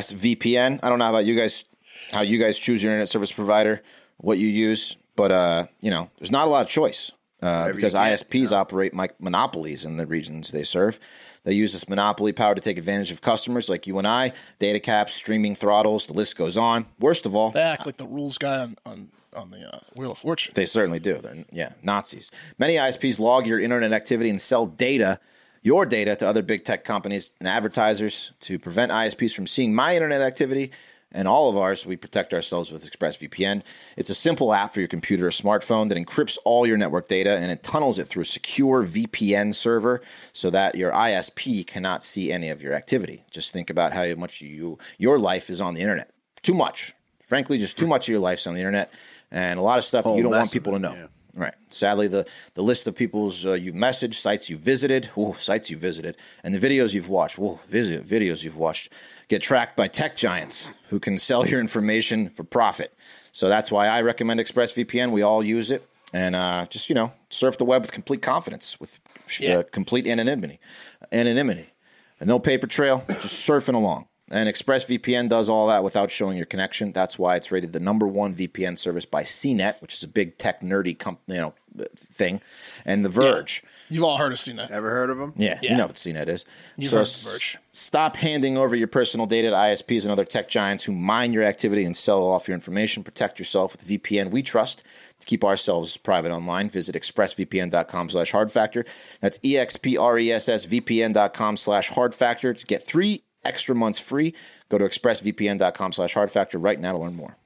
S4: ExpressVPN. I don't know about you guys, how you guys choose your internet service provider, what you use, but uh, you know, there's not a lot of choice. Uh, because ISPs operate like monopolies in the regions they serve. They use this monopoly power to take advantage of customers like you and I, data caps, streaming throttles, the list goes on. Worst of all,
S2: They act like the rules guy on on, on the uh, Wheel of Fortune.
S4: They certainly do. They're yeah, Nazis. Many ISPs log your internet activity and sell data, your data to other big tech companies and advertisers to prevent ISPs from seeing my internet activity and all of ours. We protect ourselves with ExpressVPN. It's a simple app for your computer or smartphone that encryps all your network data and it tunnels it through a secure VPN server so that your ISP cannot see any of your activity. Just think about how much you your life is on the internet. Too much frankly, just too much of your life's on the internet and a lot of stuff that you don't want people to know. Right. Sadly, the, the list of people's uh, you've messaged, sites you visited, ooh, sites you visited, and the videos you've watched, ooh, visit, videos you've watched, get tracked by tech giants who can sell your information for profit. So that's why I recommend ExpressVPN. We all use it. And uh, just, you know, surf the web with complete confidence, with uh, complete anonymity. Anonymity. And no paper trail, just surfing along. And ExpressVPN does all that without showing your connection. That's why it's rated the number one VPN service by CNET, which is a big tech nerdy comp- you know uh, thing, and The Verge.
S2: You've all heard of seen that.
S1: Ever heard of them?
S4: Yeah, you know what CNET is.
S2: You've
S4: so
S2: heard of The Verge.
S4: s- stop handing over your personal data to ISPs and other tech giants who mine your activity and sell off your information. Protect yourself with VPN we trust to keep ourselves private online. Visit expressvpn.com slash hardfactor. That's E E-X-P-R-E-S-S-V-P-N.com slash hardfactor to get three extra months free. Go to expressvpn.com slash hardfactor right now to learn more.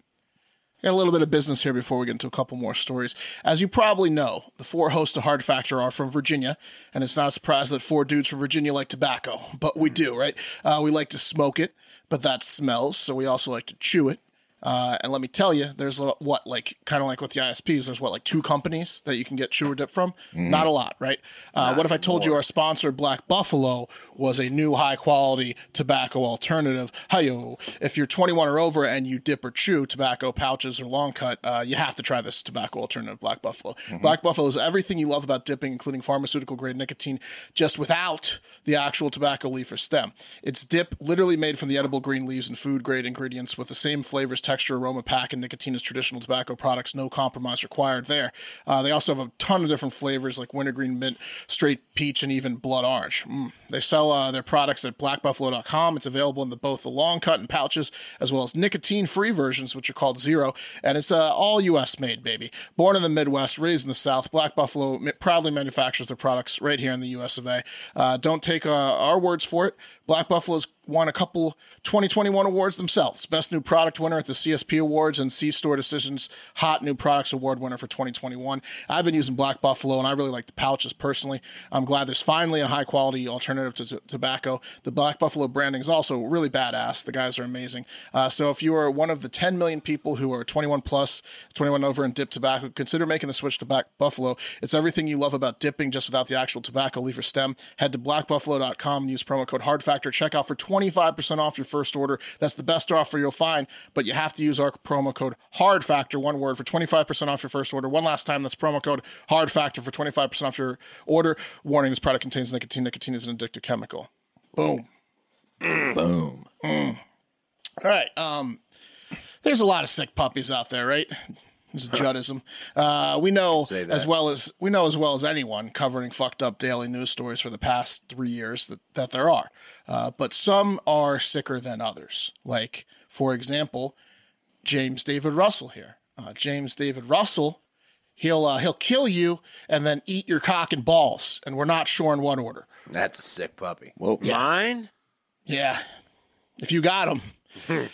S2: Got a little bit of business here before we get into a couple more stories. As you probably know, the four hosts of Hard Factor are from Virginia, and it's not a surprise that four dudes from Virginia like tobacco, but we do, right? Uh, we like to smoke it, but that smells, so we also like to chew it. Uh, and let me tell you, there's a, what, like, kind of like with the ISPs, there's what, like two companies that you can get chew or dip from? Not a lot, right? Uh, what if I told you our sponsor, Black Buffalo, was a new high quality tobacco alternative? Hiyo, if you're 21 or over and you dip or chew tobacco pouches or long cut, uh, you have to try this tobacco alternative, Black Buffalo. Black Buffalo is everything you love about dipping, including pharmaceutical grade nicotine, just without the actual tobacco leaf or stem. It's dip literally made from the edible green leaves and food grade ingredients with the same flavors, textures, texture, aroma, pack, and nicotine as traditional tobacco products. No compromise required there. Uh, they also have a ton of different flavors like wintergreen mint, straight peach, and even blood orange. Mm. They sell uh, their products at blackbuffalo.com. It's available in the, both the long cut and pouches, as well as nicotine-free versions, which are called Zero. And it's uh, all U.S. made, baby. Born in the Midwest, raised in the South, Black Buffalo ma- proudly manufactures their products right here in the U.S. of A. Uh, don't take uh, our words for it. Black Buffalo's won a couple 2021 awards themselves. Best new product winner at the CSP Awards and C Store Decisions Hot New Products Award winner for 2021. I've been using Black Buffalo and I really like the pouches personally. I'm glad there's finally a high quality alternative to t- tobacco. The Black Buffalo branding is also really badass. The guys are amazing. Uh, so if you are one of the 10 million people who are 21 plus, 21 over, and dip tobacco, consider making the switch to Black Buffalo. It's everything you love about dipping just without the actual tobacco leaf or stem. Head to blackbuffalo.com and use promo code HARDFACTOR. Check out for 25% off your first order. That's the best offer you'll find, but you have to use our promo code HARDFACTOR, one word, for 25% off your first order. One last time, that's promo code HARDFACTOR for 25% off your order. Warning, this product contains nicotine. Nicotine is an addictive chemical. Boom.
S4: Boom.
S2: All right. Um, there's a lot of sick puppies out there, right? This is Juddism. Uh, we know
S1: Say that.
S2: as well as we know as well as anyone covering fucked up daily news stories for the past three years that, that there are. Uh, but some are sicker than others. Like, for example, James David Russell here. Uh, James David Russell, he'll uh, he'll kill you and then eat your cock and balls, and we're not sure in what order.
S1: That's a sick puppy.
S4: Whoa.
S3: Mine?
S2: Yeah. If you got him,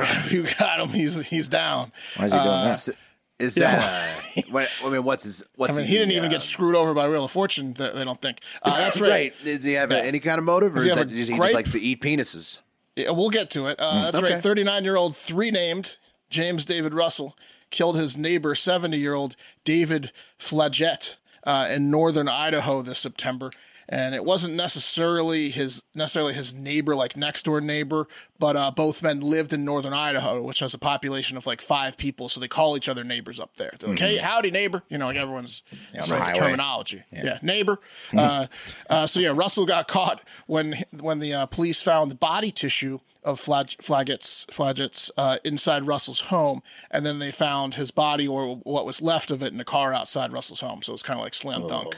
S2: if you got him, he's he's down.
S4: Why is he doing that?
S1: Is, is that? Uh, what, I mean, what's his?
S2: I
S1: What's
S2: mean, he didn't even
S1: uh,
S2: get screwed over by Wheel of Fortune. th- They don't think. Uh, that's right.
S1: right. Does he have any kind of motive, or
S2: Does
S1: is
S2: he
S1: that,
S2: have a
S1: does he
S2: gripe?
S1: just like to eat penises?
S2: Yeah, we'll get to it.
S4: Mm.
S2: Uh, that's right. 39 year old, three named James David Russell, killed his neighbor, 70 year old David Flagette, uh, in northern Idaho this September. And it wasn't necessarily his necessarily his neighbor, like next door neighbor, but uh, both men lived in northern Idaho, which has a population of like five people, so they call each other neighbors up there. They're like, "Hey, howdy, neighbor!" You know, like everyone's it's
S4: Mm. on the
S2: like
S4: highway.
S2: terminology terminology. Yeah, neighbor. Uh, uh, so yeah, Russell got caught when when the uh, police found body tissue of flag, Flaggett's Flaggett's uh, inside Russell's home, and then they found his body or what was left of it in a car outside Russell's home. So it's kind of like slam dunk.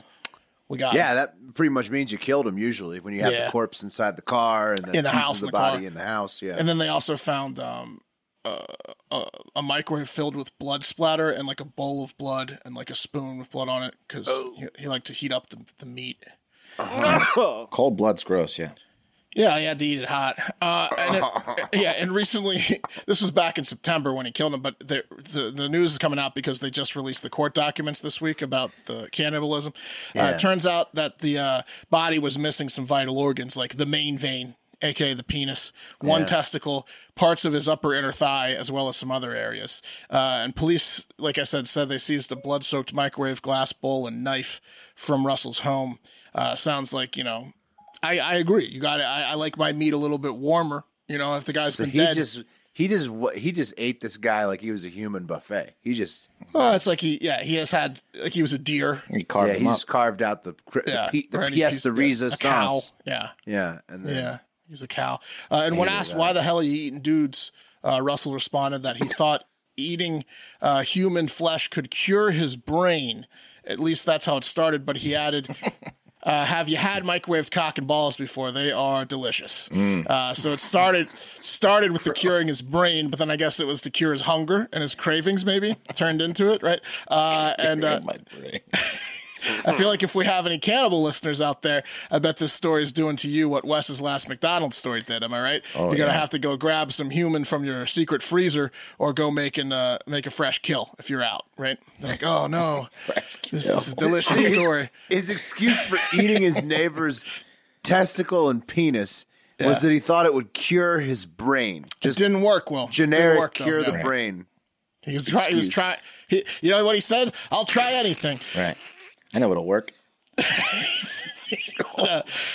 S2: We got
S1: Yeah, that pretty much means you killed him. Usually, when you have
S2: Uh, Yeah.
S1: the corpse inside the car and then
S2: In the
S1: pieces
S2: house,
S1: of
S2: in
S1: the,
S2: the
S1: body
S2: car.
S1: in the house. Yeah,
S2: And then they also found um, uh, a, a microwave filled with blood splatter and like a bowl of blood and like a spoon with blood on it because he, he liked to heat up the, the meat.
S4: Cold blood's gross, yeah.
S2: Yeah, he had to eat it hot. Uh, and it- yeah, and recently, this was back in September when he killed him. But the, the the news is coming out because they just released the court documents this week about the cannibalism. Uh, it turns out that the uh, body was missing some vital organs, like the main vein, aka the penis, one testicle, parts of his upper inner thigh, as well as some other areas. Uh, and police, like I said, said they seized a blood-soaked microwave glass bowl and knife from Russell's home. Uh, sounds like you know I, I agree. You got to I, I like my meat a little bit warmer. You know, if the guy's
S1: so
S2: been
S1: he
S2: dead,
S1: just he just wa- he just ate this guy like he was a human buffet. He just
S2: oh, it's like he yeah he has had like he was a deer.
S4: He carved
S1: yeah he
S4: him up.
S1: just carved out the cri-
S2: Yeah,
S1: the, pe-
S2: or
S1: the
S2: any
S1: pièce
S2: piece-
S1: de
S2: yeah, a cow.
S1: résistance.
S2: Yeah,
S1: Yeah, and then
S2: yeah, he's a cow. Uh, and when asked why the hell are you eating dudes, uh, Russell responded that he thought eating uh, human flesh could cure his brain. At least that's how it started. But he added. Uh, have you had microwaved cock and balls before? They are delicious.
S1: Mm.
S2: Uh, so it started started with the curing his brain, but then I guess it was to cure his hunger and his cravings. Maybe turned into it, right? Uh, and uh,
S4: My brain.
S2: I feel like if we have any cannibal listeners out there, I bet this story is doing to you what Wes's last McDonald's story did. Am I right?
S1: Oh,
S2: You're gonna
S4: yeah.
S2: have to go grab some human from your secret freezer, or go make an uh, make a fresh kill if you're out. Right? They're like, oh no, this is a delicious story.
S1: His excuse for eating his neighbor's testicle and penis was that he thought it would cure his brain. Just
S2: Didn't work. Well,
S1: generic
S2: Didn't work, though,
S1: cure
S2: yeah.
S1: the brain.
S2: He was trying. He was
S1: excuse.
S2: trying. He, you know what he said? I'll try anything.
S4: Right. I know it'll work.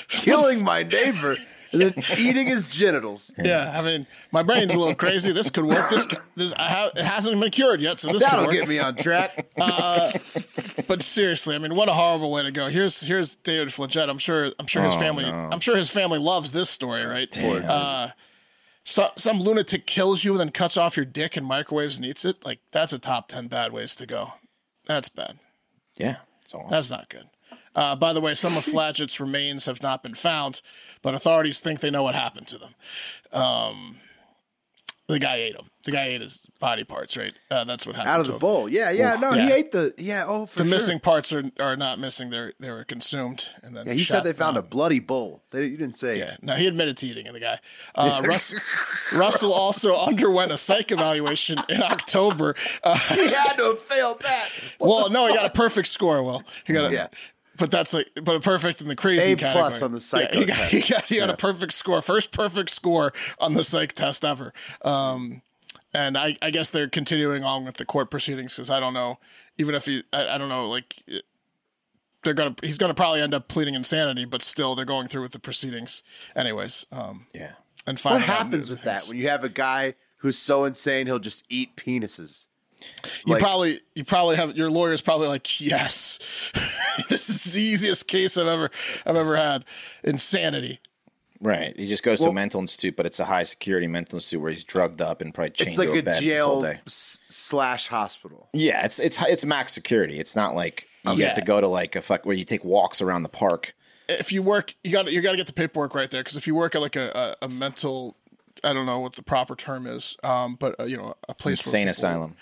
S1: Killing my neighbor and then eating his genitals.
S2: Yeah, I mean, my brain's a little crazy. This could work. This, this I ha- it hasn't been cured yet, so this could
S1: That'll
S2: work.
S1: get me on track.
S2: But seriously, I mean, what a horrible way to go. Here's here's David
S1: Oh,
S2: Flagette. I'm sure I'm sure his family I'm sure his family loves this story, right? Uh So, some lunatic kills you and then cuts off your dick and microwaves and eats it. Like that's a top ten bad ways to go. That's bad.
S4: Yeah, it's all.
S2: That's not good. Uh, by the way, some of Flagett's remains have not been found, but authorities think they know what happened to them. Um, the guy ate them. The guy ate his body parts, right? Uh, that's what happened.
S1: Out of the
S2: to him.
S1: bowl. Yeah, yeah. No, he
S2: Yeah.
S1: ate the. Yeah, oh, for
S2: The
S1: sure.
S2: missing parts are, are not missing. They're they were consumed and then.
S1: Yeah, he
S2: shot
S1: said they found a
S2: down.
S1: bloody bowl. They, you didn't say.
S2: Yeah, no, he admitted to eating it. The guy, uh, Russ, Russell, also underwent a psych evaluation in October. Uh,
S1: He had to have failed that.
S2: well, no, he got a perfect score. Well, he got a,
S1: Yeah.
S2: but that's like, but a perfect in the crazy
S1: A plus
S2: category.
S1: on the psych
S2: Yeah, he got,
S1: test.
S2: he got, he got a perfect score, first perfect score on the psych test ever. Um, and I, I guess they're continuing on with the court proceedings because I don't know, even if he, I, I don't know, like it- they're gonna, he's gonna probably end up pleading insanity, but still they're going through with the proceedings, anyways. Um,
S4: Yeah.
S2: and
S1: What
S2: finding out
S1: happens
S2: new
S1: with that
S2: things.
S1: when you have a guy who's so insane he'll just eat penises?
S2: You
S1: Like-
S2: probably you probably have your lawyer's probably like, yes, this is the easiest case I've ever I've ever had. Insanity.
S4: Right. He just goes to a mental institute, but it's a high security mental institute where he's drugged up and probably chained
S1: It's like
S4: to a,
S1: a
S4: bed this whole
S1: jail
S4: day.
S1: s- slash hospital.
S4: Yeah, it's it's it's max security. It's not like you
S2: Yeah.
S4: get to go to like a fuck where you take walks around the park.
S2: If you work, you got you got to get the paperwork right there because if you work at like a, a, a mental, I don't know what the proper term is, um, but uh, you know a place where
S4: Insane
S2: people-
S4: asylum.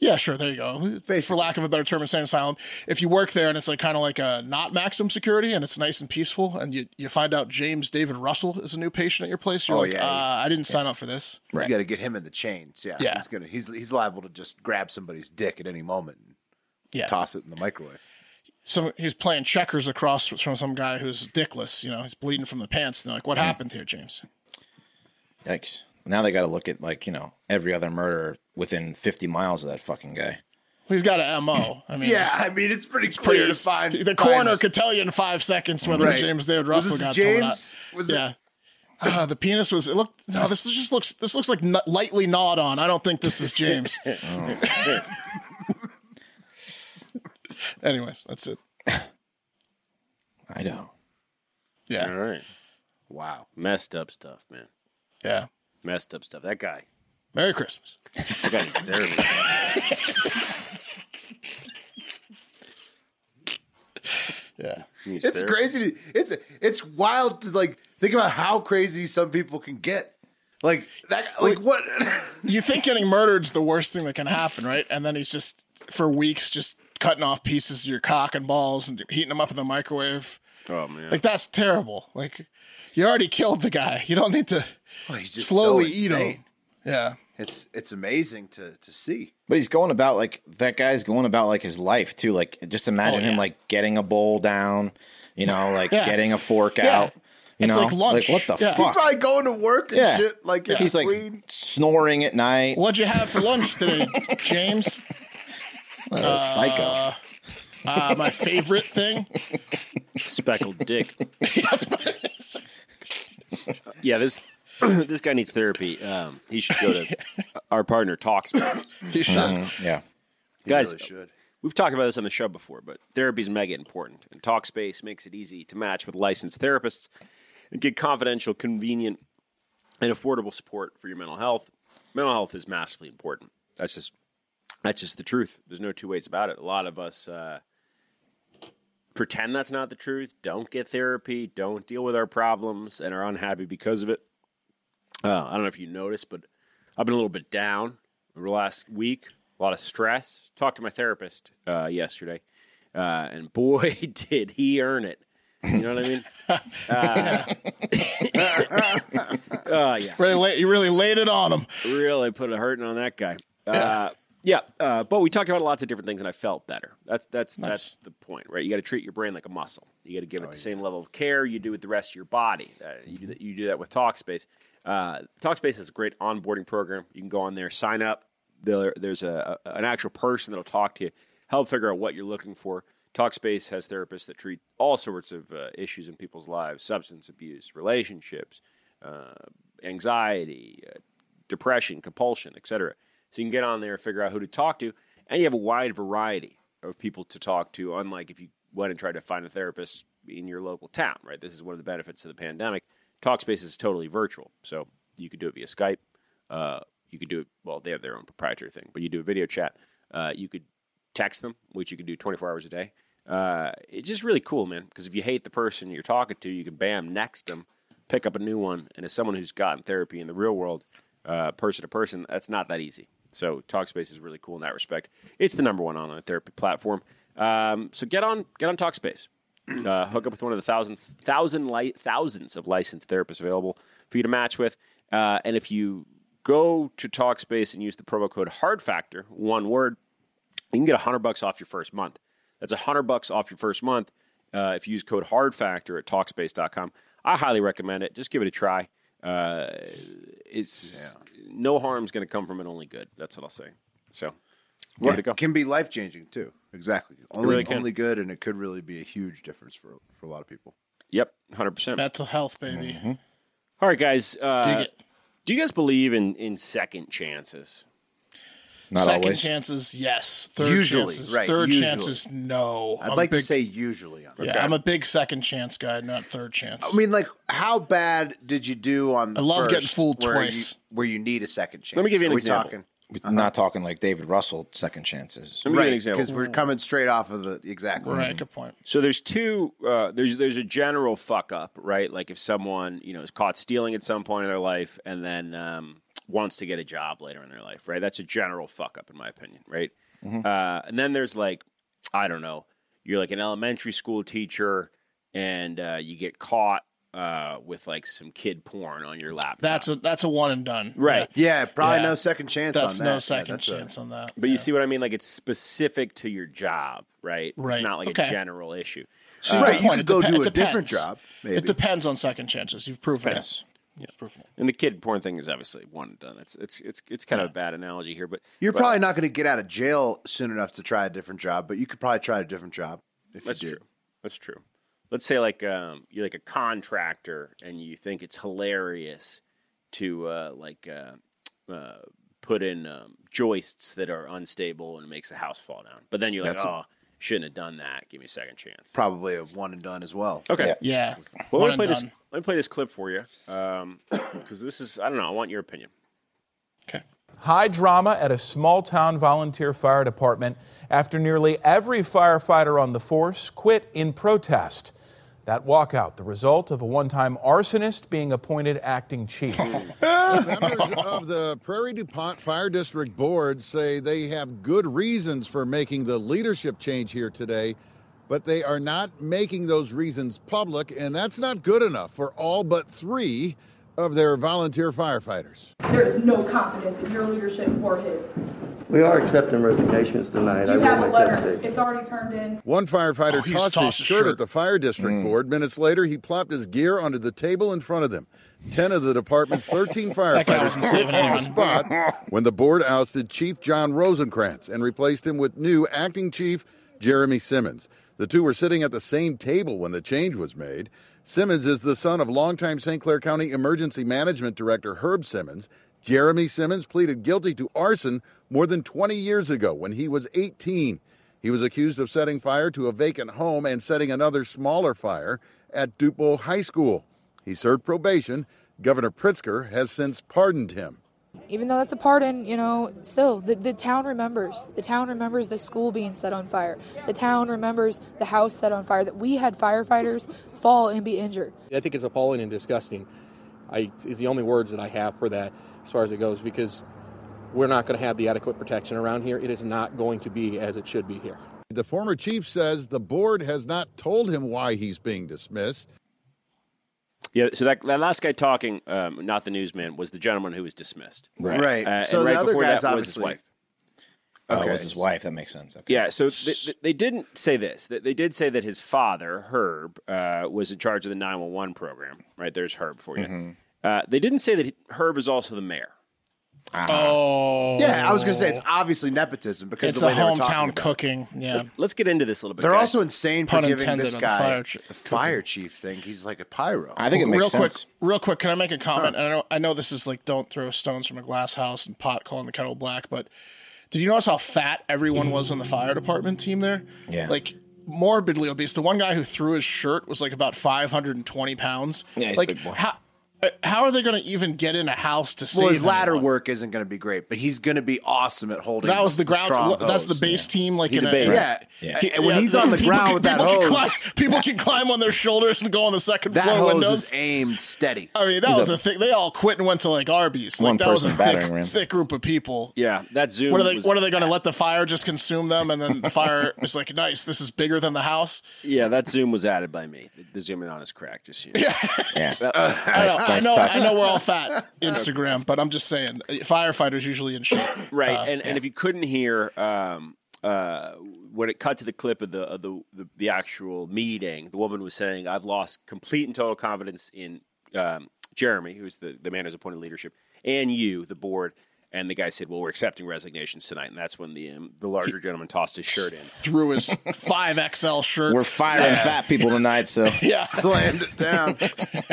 S2: Yeah, sure. There you go. For lack of a better term, insane asylum. If you work there and it's like kind of like a not maximum security and it's nice and peaceful, and you, you find out James David Russell is a new patient at your place, you're like,
S1: Oh, yeah.
S2: uh, I didn't sign up for this.
S4: Right.
S1: You got to get him in the chains. Yeah,
S2: Yeah.
S1: he's gonna he's he's liable to just grab somebody's dick at any moment and
S2: Yeah.
S1: toss it in the microwave.
S2: some he's playing checkers across from some guy who's dickless. You know, he's bleeding from the pants. And they're like,
S1: Hmm.
S2: "What happened here, James?"
S4: Yikes. Now they got to look at like you know every other murder within fifty miles of that fucking guy.
S2: Well, he's got a mo. I mean, just-
S1: I mean it's pretty
S2: pretty- the coroner could tell you in five seconds whether
S1: Right.
S2: James David
S1: Was
S2: Russell
S1: this
S2: got
S1: James?
S2: told or not.
S1: Was it-
S2: yeah. Ah, the penis was it looked no this is- just looks this looks like n- lightly gnawed on i don't think this is james anyways that's it
S4: I know.
S3: All
S2: yeah
S3: right.
S1: Wow.
S3: Messed up stuff, man.
S2: yeah
S3: Messed up stuff. That guy.
S2: merry christmas
S3: That guy needs therapy.
S2: yeah
S3: He needs
S1: It's
S3: therapy.
S1: crazy. To, it's it's wild to like think about how crazy some people can get. Like that. Like what?
S2: you think getting murdered's the worst thing that can happen, right? And then he's just for weeks just cutting off pieces of your cock and balls and heating them up in the microwave.
S3: Oh man.
S2: Like that's terrible. Like you already killed the guy. You don't need to
S1: he's just
S2: slowly
S1: so
S2: eat him.
S1: insane.
S2: Yeah.
S1: It's it's amazing to to see.
S4: But he's going about like that guy's going about like his life too. Like just imagine
S2: Oh, yeah.
S4: him like getting a bowl down, you know, like
S2: Yeah.
S4: getting a fork
S2: Yeah.
S4: out. You
S2: It's
S4: know,
S2: like lunch.
S4: what the
S2: Yeah. He's
S1: He's
S4: fuck?
S1: probably going to work and
S4: Yeah.
S1: shit. Like in
S4: He's like
S1: between.
S4: snoring at night. What
S2: What'd you have for lunch today, James?
S4: a psycho!
S2: Uh, my favorite thing.
S3: Speckled dick.
S2: Yes, my-
S3: Yeah, this this guy needs therapy. Um, he should go to our partner talks. About
S2: he should.
S4: Mm, Yeah,
S3: Guys,
S1: really should.
S3: We've talked about this on the show before, but therapy is mega important, and Talkspace makes it easy to match with licensed therapists and get confidential, convenient, and affordable support for your mental health. Mental health is massively important. That's just that's just the truth. There's no two ways about it. A lot of us uh, pretend that's not the truth. Don't get therapy. Don't deal with our problems, and are unhappy because of it. Uh, I don't know if you noticed, but I've been a little bit down over the last week. A lot of stress. Talked to my therapist uh, yesterday, uh, and boy, did he earn it. You know what I mean? Uh, uh, yeah,
S2: Really la- you really laid it on him.
S3: really put a hurting on that guy. Uh, yeah, uh, but we talked about lots of different things, and I felt better. That's that's that's the point, right? You got to treat your brain like a muscle. You got to give it the same level of care you do with the rest of your body. Uh, you do that, you do that with Talkspace. Uh, Talkspace is a great onboarding program. You can go on there, sign up. There, there's a, a- an actual person that'll talk to you, help figure out what you're looking for. Talkspace has therapists that treat all sorts of uh, issues in people's lives: substance abuse, relationships, uh, anxiety, uh, depression, compulsion, etc. So you can get on there, figure out who to talk to, and you have a wide variety of people to talk to. Unlike if you went and tried to find a therapist in your local town, right? This is one of the benefits of the pandemic. Talkspace is totally virtual, so You could do it via Skype. Uh, you could do it. Well, they have their own proprietary thing, but you do a video chat. Uh, you could text them, which you can do 24 hours a day. Uh, it's just really cool, man. Because if you hate the person you're talking to, you can bam next them, pick up a new one. And as someone who's gotten therapy in the real world, uh, person to person, that's not that easy. So Talkspace is really cool in that respect. It's the number one online therapy platform. Um, so get on, get on Talkspace. Uh, hook up with one of the thousands, thousand li- thousands of licensed therapists available for you to match with. Uh, and if you go to Talkspace and use the promo code HARDFACTOR, one word, you can get 100 bucks off your first month. That's 100 bucks off your first month uh, if you use code HARDFACTOR at Talkspace.com. I highly recommend it. Just give it a try. Uh, it's no harm's going to come from it, only good. That's what I'll say. So, give it a go.
S1: Can be life changing too. Exactly. Only
S3: really can.
S1: only good, and it could really be a huge difference for for a lot of people.
S3: Yep, 100%.
S2: Mental health, baby.
S1: Mm-hmm.
S3: All right, guys.
S2: Dig
S3: Uh,
S2: it.
S3: do you guys believe in, in second chances?
S4: Not
S2: Second
S4: always.
S2: chances, yes. Third
S1: Usually,
S2: chances,
S1: right,
S2: third
S1: usually.
S2: chances, no.
S1: I'd
S2: I'm a
S1: like
S2: big-
S1: to say usually on.
S2: yeah,
S1: that.
S2: I'm a big second chance guy, not third chance.
S1: I mean, like, how bad did you do on? The
S2: I love
S1: first
S2: getting fooled
S1: where
S2: twice.
S1: You, where you need a second chance.
S3: Let me give you an
S1: Are we
S3: example.
S1: Talking?
S4: Not talking like David Russell, second chances.
S3: Let me give you an example.
S1: Because we're coming straight off of the exactly.
S2: right, good point.
S3: So there's two. Uh, there's there's a general fuck up, right? Like if someone you know is caught stealing at some point in their life, and then um, wants to get a job later in their life, right? That's a general fuck up, in my opinion, right?
S2: Mm-hmm.
S3: Uh, and then there's like, I don't know, you're like an elementary school teacher, and uh, you get caught uh, with like some kid porn on your laptop.
S2: That's a that's a one and done.
S3: right.
S1: Yeah, probably
S2: Yeah.
S1: no second chance
S2: That's
S1: on that.
S2: no
S1: Yeah,
S2: second
S1: that's a-
S2: chance on that.
S3: But you see what I mean? Like it's specific to your job, right? It's
S2: Right.
S3: not like
S2: Okay.
S3: a general issue.
S2: So your
S1: right, you could
S2: point, it
S1: go
S2: depe-
S1: do
S2: it
S1: a different
S2: depends.
S1: job, maybe.
S2: It depends on second chances. You've proven it.
S3: Yes.
S2: You've proven it.
S3: And the kid porn thing is obviously one and done. It's it's it's it's kind of a bad analogy here, but
S1: You're
S3: but
S1: probably not going to get out of jail soon enough to try a different job, but you could probably try a different job if
S3: that's
S1: you do.
S3: true. That's true. Let's say like um, you're like a contractor and you think it's hilarious to uh, like uh, uh, put in um, joists that are unstable and it makes the house fall down. But then you're like,
S1: That's a-
S3: oh, shouldn't have done that. Give me a second chance.
S1: Probably a one and done as well.
S2: Oh.
S3: Okay.
S2: Yeah.
S3: Well,
S2: one
S3: let me play
S2: and
S3: this.
S2: done.
S3: Let me play this clip for you, because this is I don't know. I want your opinion.
S2: Okay.
S10: High drama at a small town volunteer fire department after nearly every firefighter on the force quit in protest. That walkout, the result of a one time arsonist being appointed acting chief.
S11: Members of the Prairie DuPont Fire District Board say they have good reasons for making the leadership change here today, but they are not making those reasons public, and that's not good enough for all but three of their volunteer firefighters.
S12: There is no confidence in your leadership or his.
S13: We are accepting resignations tonight. I
S12: You
S13: will
S12: have a
S13: make that
S12: letter.
S13: statement.
S12: It's already turned in.
S11: One
S2: Oh,
S11: firefighter
S2: he's
S11: tossed, his
S2: tossed his
S11: shirt,
S2: shirt. Mm.
S11: at the fire district board. Minutes later, he plopped his gear onto the table in front of them. Ten of the department's 13
S2: That guy
S11: firefighters
S2: wasn't saving
S11: on the
S2: anyone.
S11: spot when the board ousted Chief John Rosenkrantz and replaced him with new acting chief Jeremy Simmons. The two were sitting at the same table when the change was made. Simmons is the son of longtime St. Clair County Emergency Management Director Herb Simmons. Jeremy Simmons pleaded guilty to arson more than 20 years ago when he was 18. He was accused of setting fire to a vacant home and setting another smaller fire at Dupo High School. He served probation. Governor Pritzker has since pardoned him.
S12: Even though that's a pardon, you know, still the, the town remembers. The town remembers the school being set on fire. The town remembers the house set on fire. That we had firefighters fall and be injured.
S13: I think it's appalling and disgusting. I is the only words that I have for that as far as it goes because we're not going to have the adequate protection around here. It is not going to be as it should be here.
S11: The former chief says the board has not told him why he's being dismissed.
S3: Yeah. So that, that last guy talking, um, not the newsman, was the gentleman who was dismissed.
S1: Right.
S3: Uh,
S1: so
S3: and right
S1: the other
S3: before
S1: guy's
S3: that was his
S1: obviously
S3: wife.
S4: Oh, it
S1: Okay.
S4: was his wife. That makes sense. Okay.
S3: Yeah, so they, they- they didn't say this. They- They did say that his father, Herb, uh, was in charge of the 911 program. Right there's Herb for you.
S1: Mm-hmm.
S3: Uh, they didn't say that he- Herb is also the mayor.
S2: Oh.
S1: Yeah, I was going to say it's obviously nepotism because
S2: It's
S1: the
S2: a
S1: way they were talking
S2: hometown
S1: about it.
S2: cooking. Yeah.
S3: Let's get into this a little bit.
S1: They're
S3: guys.
S1: also insane for
S2: Pun
S1: giving
S2: intended
S1: this
S2: on the
S1: guy the
S2: fire
S1: fire,
S2: chi-
S1: chief thing. He's like a pyro.
S4: I think it makes
S2: real
S4: sense.
S2: quick, real quick, can I make a comment? And I know, I know this is like don't throw stones from a glass house and pot calling the kettle black, but did you notice how fat everyone was on the fire department team there?
S4: Yeah.
S2: like morbidly obese. The one guy who threw his shirt was like about five hundred and twenty pounds.
S4: Yeah, he's a
S2: like
S4: big boy.
S2: how Uh, How are they going to even get in a house to save
S1: Well, his
S2: him?
S1: ladder work isn't going to be great, but he's going to be awesome at holding.
S2: That was the ground.
S1: strong
S2: that's the
S1: hose.
S2: base team. Like
S1: He's
S2: in
S1: a base.
S2: yeah.
S1: Yeah. And when he's on the
S2: people
S1: ground
S2: can-
S1: with that
S2: people
S1: hose-
S2: can climb, people can climb on their shoulders and go on the second
S1: That
S2: floor
S1: hose
S2: windows.
S1: is aimed steady.
S2: I mean, that
S1: He's
S2: was
S1: a-
S2: a, thing. They all quit and went to like Arby's. Like
S1: One
S2: that was a
S1: person
S2: thick,
S1: battering ram.
S2: thick group of people.
S3: Yeah, that Zoom.
S2: What are they?
S3: was-
S2: What are they going to let the fire just consume them? And then the fire is like, nice. This is bigger than the house.
S3: Yeah, that Zoom was added by me. The, the Zoom in on is cracked. Just you know.
S4: yeah.
S3: Uh,
S2: I know, I know, I know we're all fat Instagram, but I'm just saying, firefighters usually in shape,
S3: right
S2: Uh,
S3: and and if you couldn't hear um uh when it cut to the clip of the of the, the the actual meeting the woman was saying i've lost complete and total confidence in um jeremy who's the the man who's appointed leadership and you the board and the guy said well we're accepting resignations tonight and that's when the um, the larger gentleman tossed his shirt in
S2: through his five XL shirt.
S4: We're firing
S3: Yeah.
S4: fat people tonight, so
S2: Yeah.
S1: slammed it down.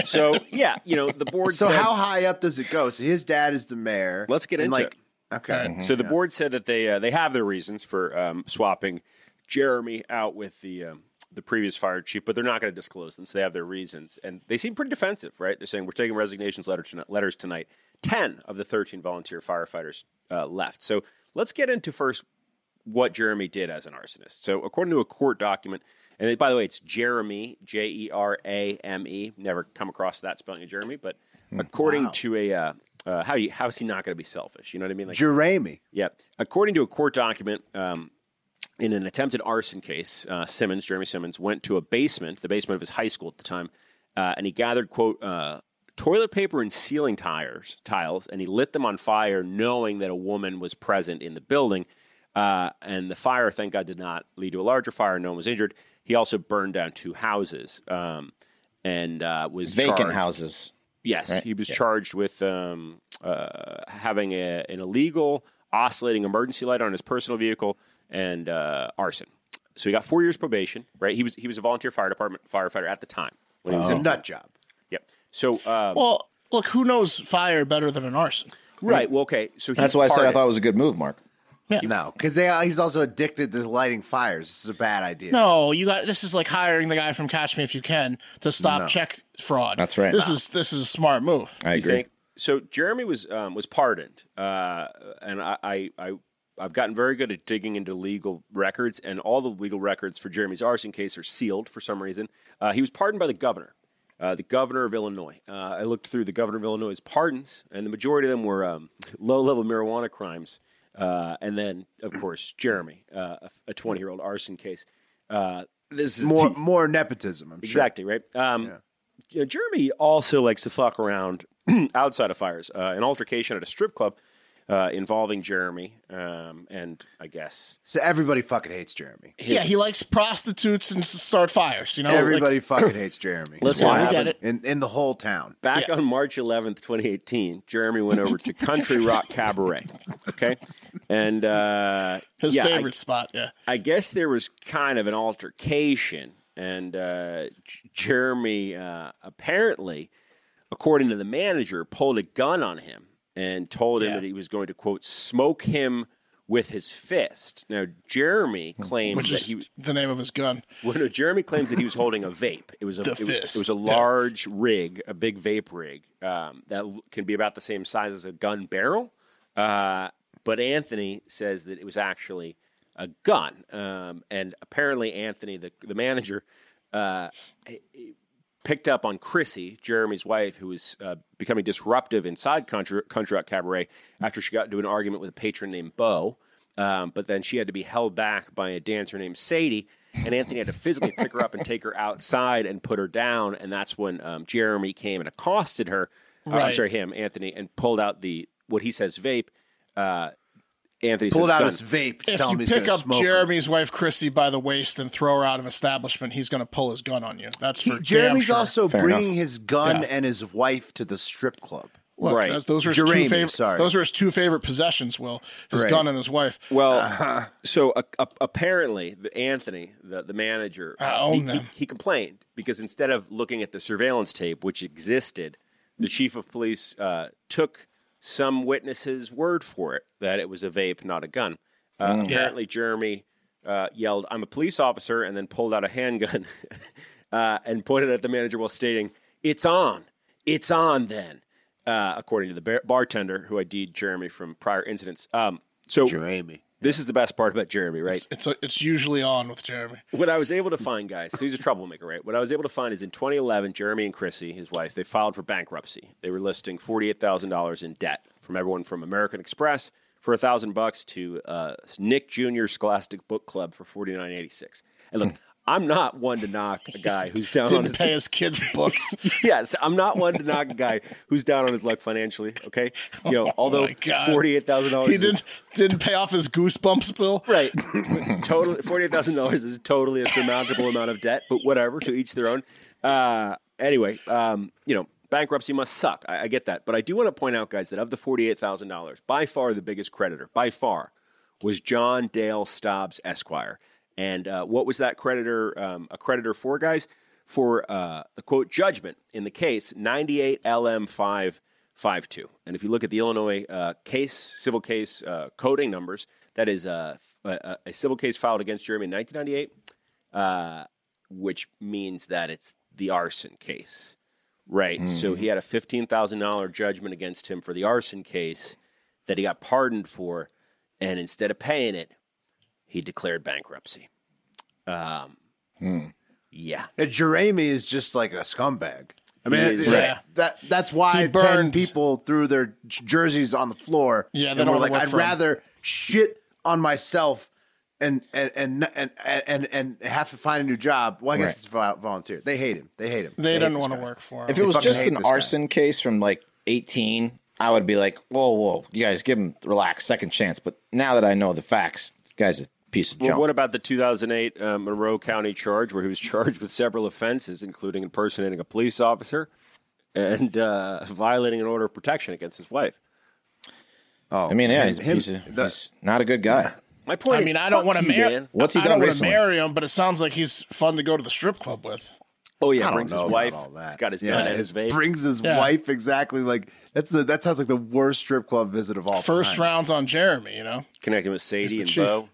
S3: so yeah you know the board
S1: So
S3: said,
S1: how high up does it go? So his dad is the mayor.
S3: Let's get
S1: and
S3: into
S1: like,
S3: it.
S1: Okay.
S3: So the board said that they uh, they have their reasons for um, swapping Jeremy out with the um, the previous fire chief, but they're not going to disclose them. So they have their reasons, and they seem pretty defensive, right? They're saying we're taking resignations letter tonight, letters tonight. Ten of the thirteen volunteer firefighters uh, left. So let's get into first what Jeremy did as an arsonist. So according to a court document, and by the way, it's Jeremy J E R A M E. Never come across that spelling of Jeremy, but according to a uh, uh, how you, how is he not going to be selfish? You know what I mean? Like
S1: Jeremy.
S3: yeah. According to a court document, um, in an attempted arson case, uh, Simmons, Jeremy Simmons, went to a basement, the basement of his high school at the time, uh, and he gathered, quote, uh, toilet paper and ceiling tires, tiles, and he lit them on fire knowing that a woman was present in the building. Uh, and the fire, thank God, did not lead to a larger fire. No one was injured. He also burned down two houses um, and uh, was
S4: vacant
S3: charged-
S4: houses.
S3: Yes,
S4: Right?
S3: he was
S4: Yeah.
S3: charged with um, uh, having a, an illegal oscillating emergency light on his personal vehicle and uh, arson. So he got four years probation. Right? He was he was a volunteer fire department firefighter at the time when he was
S1: Oh.
S3: in
S1: nut job.
S3: Yep. So uh,
S2: well, look, who knows fire better than an arson?
S3: right. Well, okay. So he's
S4: That's why I said I
S3: pardoned.
S4: thought it was a good move, Mark.
S1: No, because he's also addicted to lighting fires. This is a bad idea.
S2: No, you got this. Is like hiring the guy from Catch Me If You Can to stop
S3: No.
S2: check fraud.
S3: That's right.
S2: This
S3: No.
S2: is this is a smart move.
S3: You think- so Jeremy was um, was pardoned, uh, and I, I I I've gotten very good at digging into legal records, and all the legal records for Jeremy's arson case are sealed for some reason. Uh, he was pardoned by the governor, uh, the governor of Illinois. Uh, I looked through the governor of Illinois' pardons, and the majority of them were um, low level marijuana crimes, uh, and then of course Jeremy, uh, a twenty year old arson case. Uh, this is
S1: more
S3: the-
S1: more nepotism. I'm sure.
S3: exactly right. Um, you know, Jeremy also likes to fuck around outside of fires. Uh, an altercation at a strip club uh, involving Jeremy um, and I guess
S1: So everybody fucking hates Jeremy.
S2: yeah, he likes prostitutes and s- start fires. You know,
S1: everybody
S2: like-
S1: fucking hates Jeremy.
S3: Listen,
S1: Why?
S3: we get it.
S1: In, in the whole town.
S3: Back on March 11th, 2018, Jeremy went over to Country Rock Cabaret. Okay. And uh,
S2: his
S3: yeah, I-
S2: favorite spot. Yeah,
S3: I guess there was kind of an altercation, and uh, J- Jeremy uh, apparently, according to the manager, pulled a gun on him and told him that he was going to quote smoke him with his fist. Now Jeremy claims
S2: Hmm. which
S3: that
S2: is
S3: he
S2: the name of his gun.
S3: well, no, Jeremy claims that he was holding a vape. It was a
S2: The
S3: it, was-
S2: fist.
S3: it was a
S2: Yeah.
S3: large rig, a big vape rig um, that l- can be about the same size as a gun barrel. Uh, but Anthony says that it was actually a gun, um, and apparently Anthony, the the manager, uh, picked up on Chrissy, Jeremy's wife, who was uh, becoming disruptive inside Country, Country Rock Cabaret after she got into an argument with a patron named Bo. Um, but then she had to be held back by a dancer named Sadie, and Anthony had to physically pick her up and take her outside and put her down. And that's when um, Jeremy came and accosted her. uh, I'm
S2: Right.
S3: sorry, him, Anthony, and pulled out the what he says vape. Uh, Anthony
S1: Pulled
S3: says,
S1: out
S3: "Gun."
S1: his vape to
S2: If
S1: tell him
S2: you
S1: he's
S2: pick
S1: gonna
S2: up
S1: smoke him.
S2: Jeremy's wife Chrissy by the waist and throw her out of establishment, he's going to pull his gun on you. That's for
S1: He- Jeremy's
S2: damn sure.
S1: also bringing his gun
S2: Yeah.
S1: and his wife to the strip club.
S2: Look, those- those are his
S1: Jeremy,
S2: two favorite.
S1: Sorry,
S2: Those are his two favorite possessions. Will his
S3: Right.
S2: gun and his wife.
S3: Well,
S2: Uh-huh.
S3: so uh, ap- apparently, the Anthony, the, the manager, uh,
S2: I own
S3: he,
S2: them.
S3: He, he complained because instead of looking at the surveillance tape, which existed, the chief of police uh, took some witnesses' word for it that it was a vape, not a gun. Uh,
S14: Mm.
S3: Apparently, Jeremy uh, yelled, "I'm a police officer," and then pulled out a handgun uh, and pointed at the manager while stating, "It's on." It's on then, uh, according to the bar- bartender who ID'd Jeremy from prior incidents. Um, so Jeremy, this is the best part about Jeremy, right?
S2: It's a, it's usually on with Jeremy.
S3: What I was able to find, guys, so he's a troublemaker, right? What I was able to find is in 2011, Jeremy and Chrissy, his wife, they filed for bankruptcy. They were listing $48,000 in debt from everyone from American Express for a thousand bucks to uh, Nick Jr. Scholastic Book Club for 49.86. And look, I'm not one to knock a guy who's down on
S2: Hmm. Didn't
S3: his
S2: pay his kids' books.
S3: yes, I'm not one to knock a guy who's down on his luck financially. Okay, you know,
S2: Oh
S3: although
S2: my God.
S3: forty-eight thousand dollars,
S2: He didn't didn't pay off his goosebumps bill.
S3: Right. totally forty-eight thousand dollars is totally a surmountable amount of debt, but whatever. To each their own. Uh, anyway, um, you know, bankruptcy must suck. I, I get that, but I do want to point out, guys, that of the forty-eight thousand dollars, by far the biggest creditor, by far, was John Dale Stobbs Esquire. And uh, what was that creditor? Um, a creditor for guys for uh, the quote judgment in the case ninety-eight LM five. 52. And if you look at the Illinois uh, case, civil case uh, coding numbers, that is uh, a, a civil case filed against Jeremy in 1998, uh, which means that it's the arson case, right? So
S14: Mhm.
S3: he had a $15,000 judgment against him for the arson case that he got pardoned for. And instead of paying it, he declared bankruptcy. Um, yeah.
S1: And Jeremy is just like a scumbag. I mean,
S3: He is.
S1: it-
S3: Right.
S1: that that's why
S3: He
S1: ten
S3: burned-
S1: people threw their j- jerseys on the floor.
S2: Yeah, they
S1: and were
S2: don't
S1: like,
S2: work
S1: I'd
S2: for him."
S1: rather shit on myself and and and and and, and, and have to find a new job. Well, I guess
S4: Right.
S1: it's vol- volunteer. They hate him. They hate him.
S2: They
S1: hate
S2: didn't
S1: this
S2: want to
S1: guy.
S2: work for him.
S4: If it was just an arson case from like 18, I would be like, whoa, whoa, you guys give him relax, second chance. But now that I know the facts, this guy's a piece of
S3: Well,
S4: junk.
S3: what about the 2008 um, Monroe County charge where he was charged with several offenses, including impersonating a police officer and uh, violating an order of protection against his wife?
S1: Oh,
S4: I mean, yeah,
S3: him-
S4: he's,
S3: him-
S4: he's, a, he's not a good guy.
S3: My
S2: I mean, I don't want to marry.
S4: What's he
S2: I
S4: done
S2: don't wanna
S4: recently?
S2: marry him, but it sounds like he's fun to go to the strip club with.
S3: Oh
S1: I
S3: yeah,
S1: don't
S3: brings
S1: know
S3: his
S1: about
S3: wife.
S1: all that.
S3: He's got his
S1: Yeah,
S3: gun and
S1: it
S3: his vape.
S1: Brings his
S2: Yeah.
S1: wife exactly like that's a, that sounds like the worst strip club visit of all
S2: First
S1: time.
S2: rounds on Jeremy, you know.
S3: connecting with Sadie
S2: the
S3: and
S2: chief.
S3: Bo.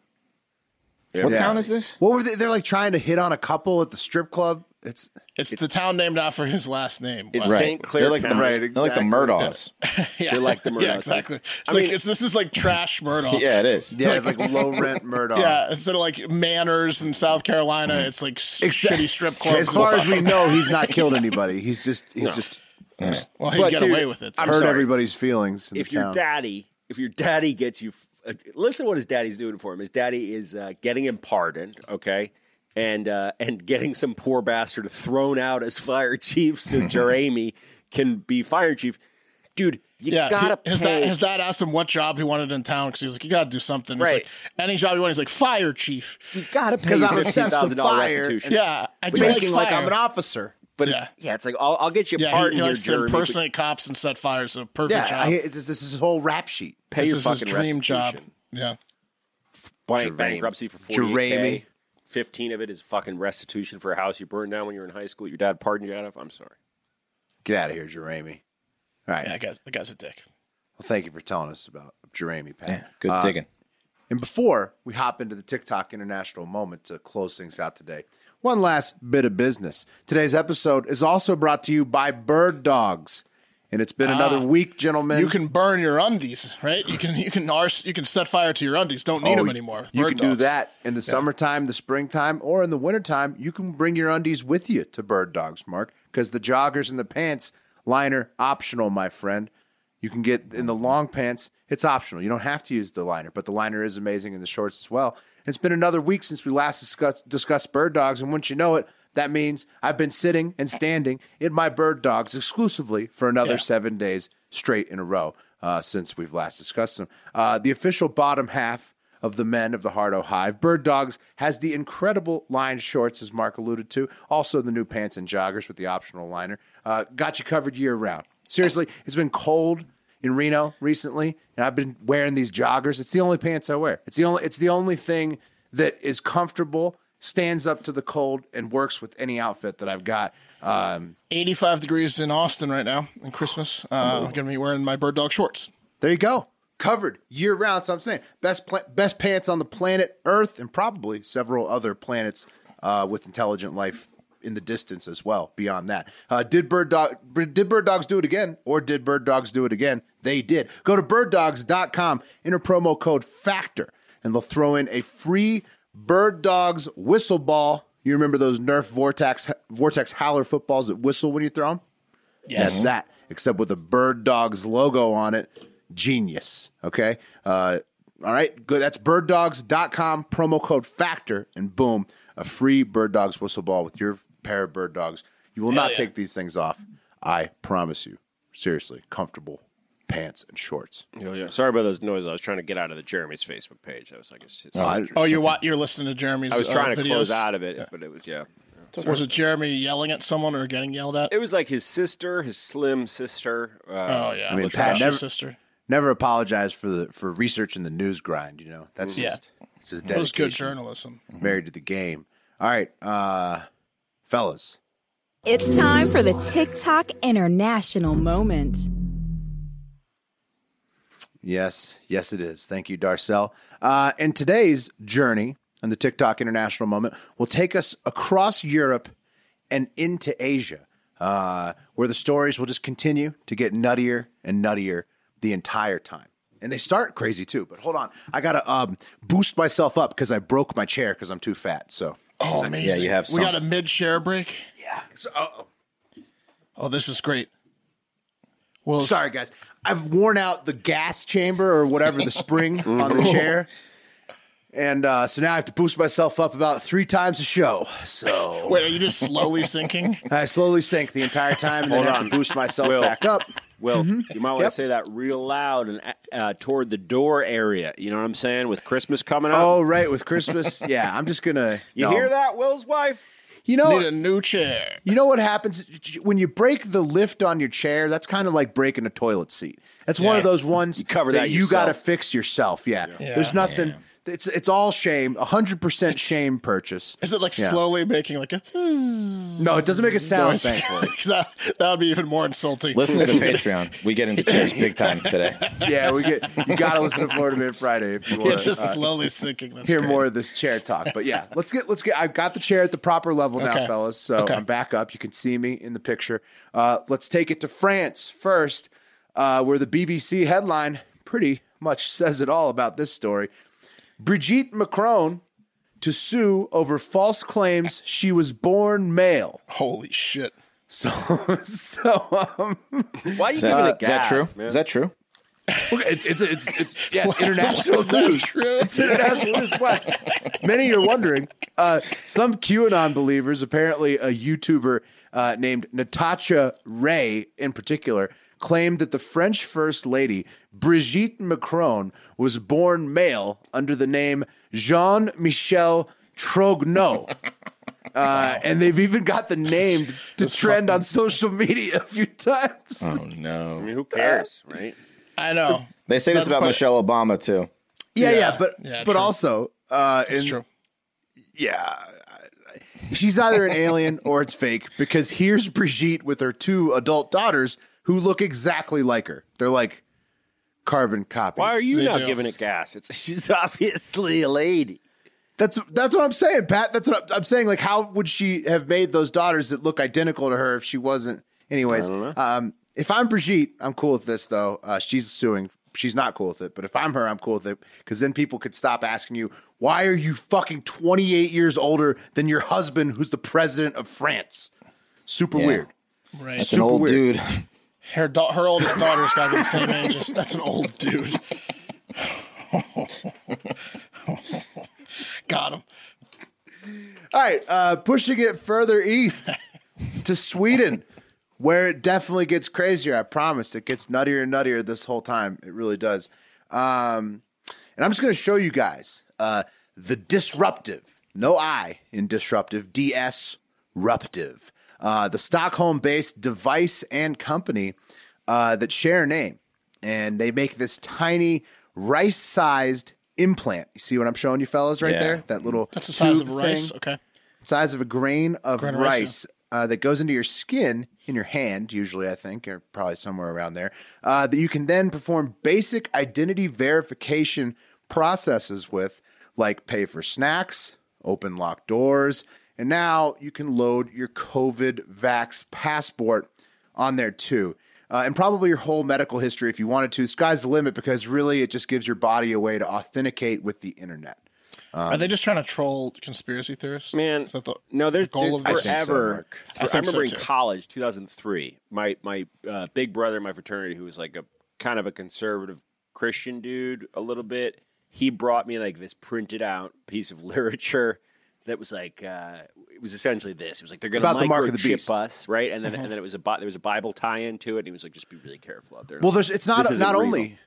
S4: What town is this?
S1: What were they? They're like trying to hit on a couple at the strip club. It's
S2: It's, the town named after his last name.
S3: It's
S2: Wow.
S3: St. Clair
S4: They're like
S3: County.
S4: the they're like the Murdaws.
S2: Yeah.
S3: They're like the Murdaugh.
S2: Yeah, exactly. It's
S3: I
S2: like
S3: mean-
S2: it's this is like trash Murdoch.
S4: Yeah, it is.
S1: Yeah, it's like low rent Murdoch.
S2: Yeah, instead of like Manners in South Carolina,
S4: Mm-hmm.
S2: it's like s shitty strip club.
S1: As far as we know, he's not killed anybody. He's just he's
S3: No.
S1: just,
S4: Yeah.
S1: just
S2: Well, he'd
S3: But,
S2: get
S3: dude,
S2: away with it.
S3: I'm
S1: hurt
S3: sorry.
S1: everybody's feelings. in
S3: if
S1: the
S3: your
S1: town.
S3: daddy, if your daddy gets you, f- uh, listen to what his daddy's doing for him. His daddy is uh, getting him pardoned, okay, and uh, and getting some poor bastard thrown out as fire chief so Jeremy can be fire chief. Dude, you
S2: yeah,
S3: gotta
S2: he- his
S3: pay.
S2: dad. His dad asked him what job he wanted in town because he was like, "You got to do something." He's
S3: Right.
S2: like, any job you want. He's like, "Fire chief."
S3: you gotta pay
S1: because I'm
S3: fifteen
S1: obsessed
S3: thousand
S1: with
S3: dollars
S1: fire.
S3: restitution.
S1: and
S2: Yeah, I do like,
S1: Thinking like,
S2: fire.
S1: I'm an officer.
S3: but it's, yeah, it's like I'll, I'll get you
S2: yeah, he-
S3: pardoned
S2: he,
S3: here,
S2: likes to
S3: Jeremy. but
S2: impersonate cops and set fire. So perfect
S1: Yeah,
S2: job.
S1: I, it's, it's, this is his whole rap sheet.
S3: pay
S2: this
S3: your
S2: is his
S3: fucking
S2: dream job.
S3: restitution.
S2: Yeah,
S3: Blank
S1: Jeremy.
S3: bankruptcy for
S1: Jeremy.
S3: forty-eight k. Fifteen of it is fucking restitution for a house you burned down when you were in high school. Your dad pardoned you out of. I'm sorry.
S1: Get out of here, Jeremy. All right.
S2: yeah, that guy's, that guy's a dick.
S1: Well, thank you for telling us about Jeremy Pat.
S4: Yeah, good
S1: Uh,
S4: digging.
S1: And before we hop into the TikTok international moment to close things out today, one last bit of business. Today's episode is also brought to you by Bird Dogs. And it's been another week, gentlemen.
S2: You can burn your undies, right? You can you can arse, you can set fire to your undies. Don't need
S1: Oh,
S2: them anymore.
S1: You
S2: Bird
S1: can do
S2: dogs.
S1: that in the summertime, the springtime, or in the wintertime. You can bring your undies with you to Bird Dogs, Mark, because the joggers and the pants liner optional, my friend. You can get in the long pants, it's optional. You don't have to use the liner, but the liner is amazing in the shorts as well. It's been another week since we last discussed, discussed Bird Dogs, and once you know it, that means I've been sitting and standing in my Bird Dogs exclusively for another
S2: Yeah.
S1: seven days straight in a row uh, since we've last discussed them. Uh, the official bottom half of the men of the Hardo Hive. Bird Dogs has the incredible lined shorts, as Mark alluded to. Also, the new pants and joggers with the optional liner. Uh, got you covered year round. Seriously, it's been cold in Reno recently, and I've been wearing these joggers. It's the only pants I wear. It's the only. It's the only thing that is comfortable, stands up to the cold, and works with any outfit that I've got. Um,
S2: 85 degrees in Austin right now in Christmas. Uh, I'm gonna be wearing my bird dog shorts.
S1: There you go. Covered year round. So I'm saying best pla- best pants on the planet Earth and probably several other planets uh, with intelligent life in the distance as well. Beyond that, uh, did bird dog did bird dogs do it again, or did bird dogs do it again? They did. Go to birddogs.com, enter promo code Factor, and they'll throw in a free bird dogs whistle ball. You remember those Nerf vortex vortex howler footballs that whistle when you throw them?
S2: Yes.
S1: That's that, except with a bird dogs logo on it. Genius. Okay. Uh, all right. Good. That's birddogs.com, promo code factor, and boom, a free bird dogs whistle ball with your pair of bird dogs. You will
S14: Hell
S1: not
S14: yeah.
S1: take these things off. I promise you. Seriously, comfortable pants and shorts.
S3: Oh, yeah. Sorry about those noises. I was trying to get out of the Jeremy's Facebook page. I was like, it's, it's
S1: Oh, I-
S2: Oh, you're wa- you're listening to Jeremy's.
S3: I was
S2: uh,
S3: trying to
S2: videos?
S3: close out of it, but it was yeah.
S2: So was it Jeremy yelling at someone or getting yelled at?
S3: It was like his sister, his slim sister. Uh,
S2: Oh, yeah.
S1: I mean,
S3: looks
S1: Pat
S3: like-
S1: never, never apologized for the for researching the news grind. You know, that's
S2: Yeah.
S1: just it's his
S2: That was good
S1: dedication.
S2: journalism.
S1: Married to the game. All right, uh, fellas.
S15: It's time for the TikTok International Moment.
S1: Yes, yes, it is. Thank you, Darcel. Uh, and today's journey and the TikTok international moment will take us across Europe and into Asia, uh, where the stories will just continue to get nuttier and nuttier the entire time. And they start crazy too. But hold on, I gotta um, boost myself up because I broke my chair because I'm too fat. So
S2: Oh, amazing. We got a mid share break.
S1: Yeah. oh,
S2: oh, this is great.
S1: Well,
S2: it's-
S1: sorry guys, I've worn out the gas chamber or whatever the spring on the chair, and uh, so now I have to boost myself up about three times a show. So
S2: Wait, are you just slowly sinking?
S1: I slowly sink the entire time, and then
S3: Hold
S1: have
S3: on.
S1: to boost myself
S3: Will.
S1: back up.
S3: Well, you might want
S1: Yep.
S3: to say that real loud and uh, toward the door area. You know what I'm saying? With Christmas coming up.
S1: Oh, right, with Christmas, yeah, I'm just gonna.
S3: You hear that, Will's wife?
S1: You know,
S2: Need a new chair.
S1: You know what happens when you break the lift on your chair? That's kind of like breaking a toilet seat. That's one of
S3: Yeah.
S1: those ones
S3: You cover that
S1: you
S3: yourself.
S1: got to fix yourself. Yeah,
S2: Yeah.
S1: there's nothing. It's it's all shame. hundred percent shame purchase.
S2: Is it like
S1: Yeah.
S2: slowly making like a? No,
S1: it doesn't make a sound, thankfully.
S2: that, that would be even more insulting.
S4: Listen to the Patreon. We get into chairs big time today.
S1: Yeah, we get. You got to listen to Florida Man Friday if you want
S2: You're
S1: to
S2: just slowly sinking. That's
S1: hear
S2: great.
S1: more of this chair talk. But yeah, let's get let's get. I've got the chair at the proper level now,
S2: Okay.
S1: fellas. So
S2: Okay.
S1: I'm back up. You can see me in the picture. Uh, let's take it to France first, uh, where the BBC headline pretty much says it all about this story. Brigitte Macron to sue over false claims she was born male.
S2: Holy shit!
S1: So so um,
S3: why
S4: Is that, is that true? Is that true?
S1: It's it's it's it's yeah, it's
S4: Wow,
S1: international
S4: is that
S1: news.
S4: true?
S1: It's international news. West. Many are wondering. Uh, some QAnon believers, apparently a YouTuber uh, named Natasha Ray in particular, claimed that the French First Lady Brigitte Macron was born male under the name Jean Michel Trognot. Uh, and they've even got the name to trend on social media a few times.
S4: Oh no! I
S3: mean, who cares, right?
S2: I know.
S4: They say this
S1: That's
S4: about
S1: what-
S4: Michelle Obama too.
S1: Yeah, yeah,
S4: Yeah.
S1: but
S4: Yeah,
S1: but
S4: true.
S1: also, uh,
S4: It's
S1: in-
S4: true.
S1: Yeah, she's either an alien or it's fake because here's Brigitte with her two adult daughters who look exactly like her. They're like carbon copies.
S3: Why are you not giving it gas? It's she's obviously a lady.
S1: That's that's what I'm saying, Pat. That's what I'm, I'm saying. Like, how would she have made those daughters that look identical to her if she wasn't? Anyways,
S3: I don't
S1: um, if I'm Brigitte, I'm cool with this though. Uh, she's suing. She's not cool with it, but if I'm her, I'm cool with it because then people could stop asking you, "Why are you fucking 28 years older than your husband, who's the president of France?" Super
S4: Yeah.
S1: weird.
S2: Right.
S4: That's an old dude.
S2: Her, da- her oldest daughter's got to be the same age. as- That's an old dude. got him.
S1: All right, uh, pushing it further east to Sweden, where it definitely gets crazier. I promise. It gets nuttier and nuttier this whole time. It really does. Um, and I'm just going to show you guys uh, the disruptive, no I in disruptive, DS Ruptive, uh, the Stockholm based device and company uh, that share a name. And they make this tiny rice sized implant. You see what I'm showing you, fellas, right
S2: Yeah.
S1: there? That little
S2: That's the size
S1: tube
S2: of rice.
S1: thing
S2: Okay.
S1: size of a grain of
S2: Grain of
S1: rice
S2: rice,
S1: uh, that goes into your skin in your hand, usually, I think, or probably somewhere around there, uh, that you can then perform basic identity verification processes with, like pay for snacks, open locked doors, And now you can load your COVID vax passport on there too. Uh, and probably your whole medical history if you wanted to. Sky's the limit because really it just gives your body a way to authenticate with the internet.
S2: Are they just trying to troll conspiracy theorists?
S3: Man,
S2: is that the
S3: no, there's
S2: the goal of
S3: forever.
S2: this?
S3: I,
S2: think so,
S3: remember in
S2: too.
S3: college, 2003, my my uh, big brother in my fraternity, who was like a kind of a conservative Christian dude, a little bit. He brought me like this printed out piece of literature that was like uh, it was essentially this. It was like they're going to
S1: About the mark of the beast.
S3: us, right? And then
S1: Mhm.
S3: and then it was a bi- there was a Bible tie into it, and he was like, just be really careful out there.
S1: Well, there's it's not
S3: This isn't
S1: not
S3: real.
S1: only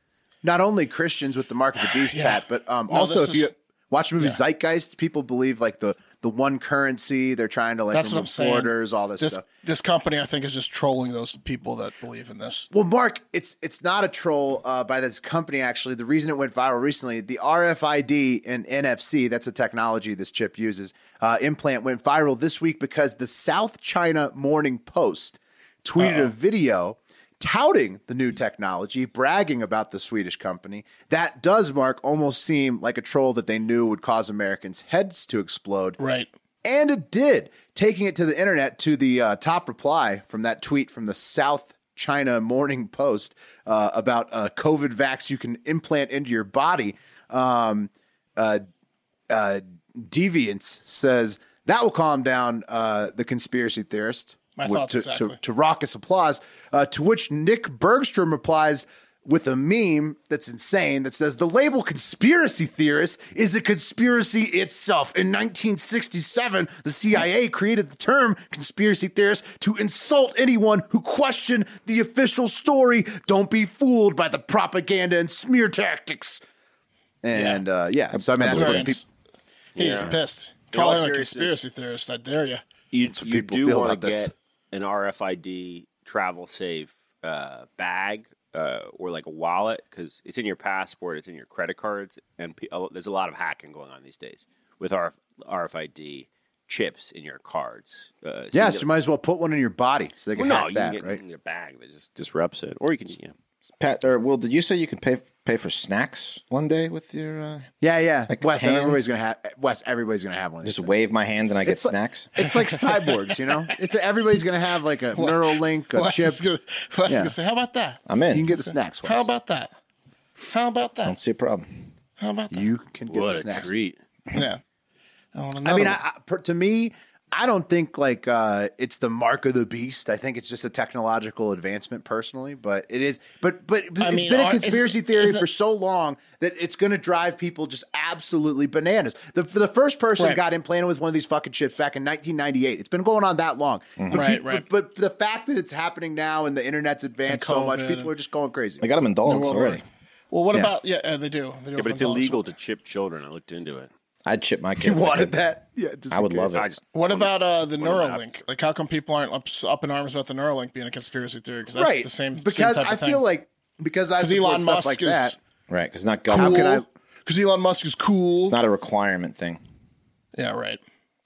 S1: not only Christians with the mark of the beast, Pat, but um,
S3: No,
S1: also
S3: this
S1: if you
S3: is-
S1: watch the movie
S3: yeah.
S1: Zeitgeist, people believe like the the one currency they're trying to like
S2: That's what I'm
S1: remove
S2: saying.
S1: borders, all this, stuff.
S2: This company, I think, is just trolling those people that believe in this.
S1: Well, Mark, it's it's not a troll uh, by this company. Actually, the reason it went viral recently, the RFID and NFC—that's a technology this chip uses—implant went viral this week because the South China Morning Post tweeted a video touting the new technology, bragging about the Swedish company. That does, Mark, almost seem like a troll that they knew would cause Americans' heads to explode.
S2: Right.
S1: And it did, taking it to the internet to the uh, top reply from that tweet from the South China Morning Post uh, about uh, COVID vax you can implant into your body. Um, uh, uh, Deviance says that will calm down uh, the conspiracy theorist.
S2: My
S1: with-
S2: thoughts
S1: to,
S2: exactly.
S1: to, to raucous applause. Uh, to which Nick Bergstrom replies with a meme that's insane that says the label conspiracy theorist is a conspiracy itself. In 1967, the CIA created the term conspiracy theorist to insult anyone who questioned the official story. Don't be fooled by the propaganda and smear tactics. And yeah, uh, yeah. so I mean,
S2: That's
S1: that's what
S2: right.
S1: people.
S2: He's
S3: Yeah.
S2: pissed.
S3: In all
S2: Call him a
S3: seriousness-
S2: conspiracy theorist. I dare you.
S3: you,
S1: That's what
S3: you
S1: people
S3: do
S1: feel
S3: want
S1: about
S3: to
S1: this.
S3: get an RFID travel safe uh, bag uh, or like a wallet because it's in your passport, it's in your credit cards, and pe- a- there's a lot of hacking going on these days with RF- RFID chips in your cards. Uh, so
S1: Yes, you
S3: you
S1: might as well put one in your body so they
S3: get,
S1: can
S3: well, no,
S1: hack
S3: you
S1: that,
S3: can get,
S1: right?
S3: you can get a bag that just disrupts it, or you can you know,
S4: Pat or Will, did you say you can pay pay for snacks one day with your? Uh,
S1: yeah, yeah.
S4: Like
S1: Wes,
S4: hand?
S1: everybody's gonna have. Wes, everybody's gonna have one. of these
S4: just wave my hand and I get
S1: It's like-
S4: snacks.
S1: It's like cyborgs, you know. It's everybody's gonna have like a
S4: What?
S1: neural link, a
S4: Wes
S1: chip.
S4: is gonna-
S2: Wes is
S1: Yeah.
S2: gonna say, "How about that?
S4: I'm
S1: You
S4: in.
S1: can get the snacks. Wes.
S2: How about that? How about that?
S4: Don't see a problem.
S2: How about that?"
S1: You can get
S3: What
S1: the
S3: a
S1: snacks.
S3: treat.
S2: Yeah. I, want
S1: I
S2: another
S1: mean, I,
S2: one.
S1: I, per- to me, I don't think like uh, it's the mark of the beast. I think it's just a technological advancement, personally. But it is, but but it's
S2: I mean,
S1: been a
S2: aren't-
S1: conspiracy
S2: isn't-
S1: theory
S2: isn't-
S1: for so long that it's going to drive people just absolutely bananas. The for the first person
S2: Right.
S1: got implanted with one of these fucking chips back in 1998. It's been going on that long, but
S2: Mm-hmm. Right,
S1: peop-
S2: right.
S1: But, but the fact that it's happening now and the indent's advanced so much,
S2: COVID
S1: people are just going crazy.
S4: I got them in dogs
S2: New World
S4: already.
S2: well, what
S4: Yeah.
S2: about? Yeah, uh, they do. They do
S3: yeah, but
S2: have
S3: it's
S2: adults.
S3: illegal to chip children. I looked into it.
S4: I'd chip my kid.
S1: You
S4: if I
S1: wanted
S4: could.
S1: that? Yeah, just
S4: I would
S1: in case.
S4: love it.
S3: I just
S2: What about uh, the
S3: wanna laugh.
S2: Neuralink? Like, how come people aren't up, up in arms about the Neuralink being a conspiracy theory? Because that's the same. same
S1: because
S2: type of
S1: I
S2: thing.
S1: feel like because I
S2: 'Cause
S1: support
S2: Elon
S1: stuff
S2: Musk
S1: like
S2: is-
S1: that.
S4: Right, because not
S2: cool.
S4: government.
S2: Because Elon Musk is cool.
S4: It's not a requirement thing.
S2: yeah, right.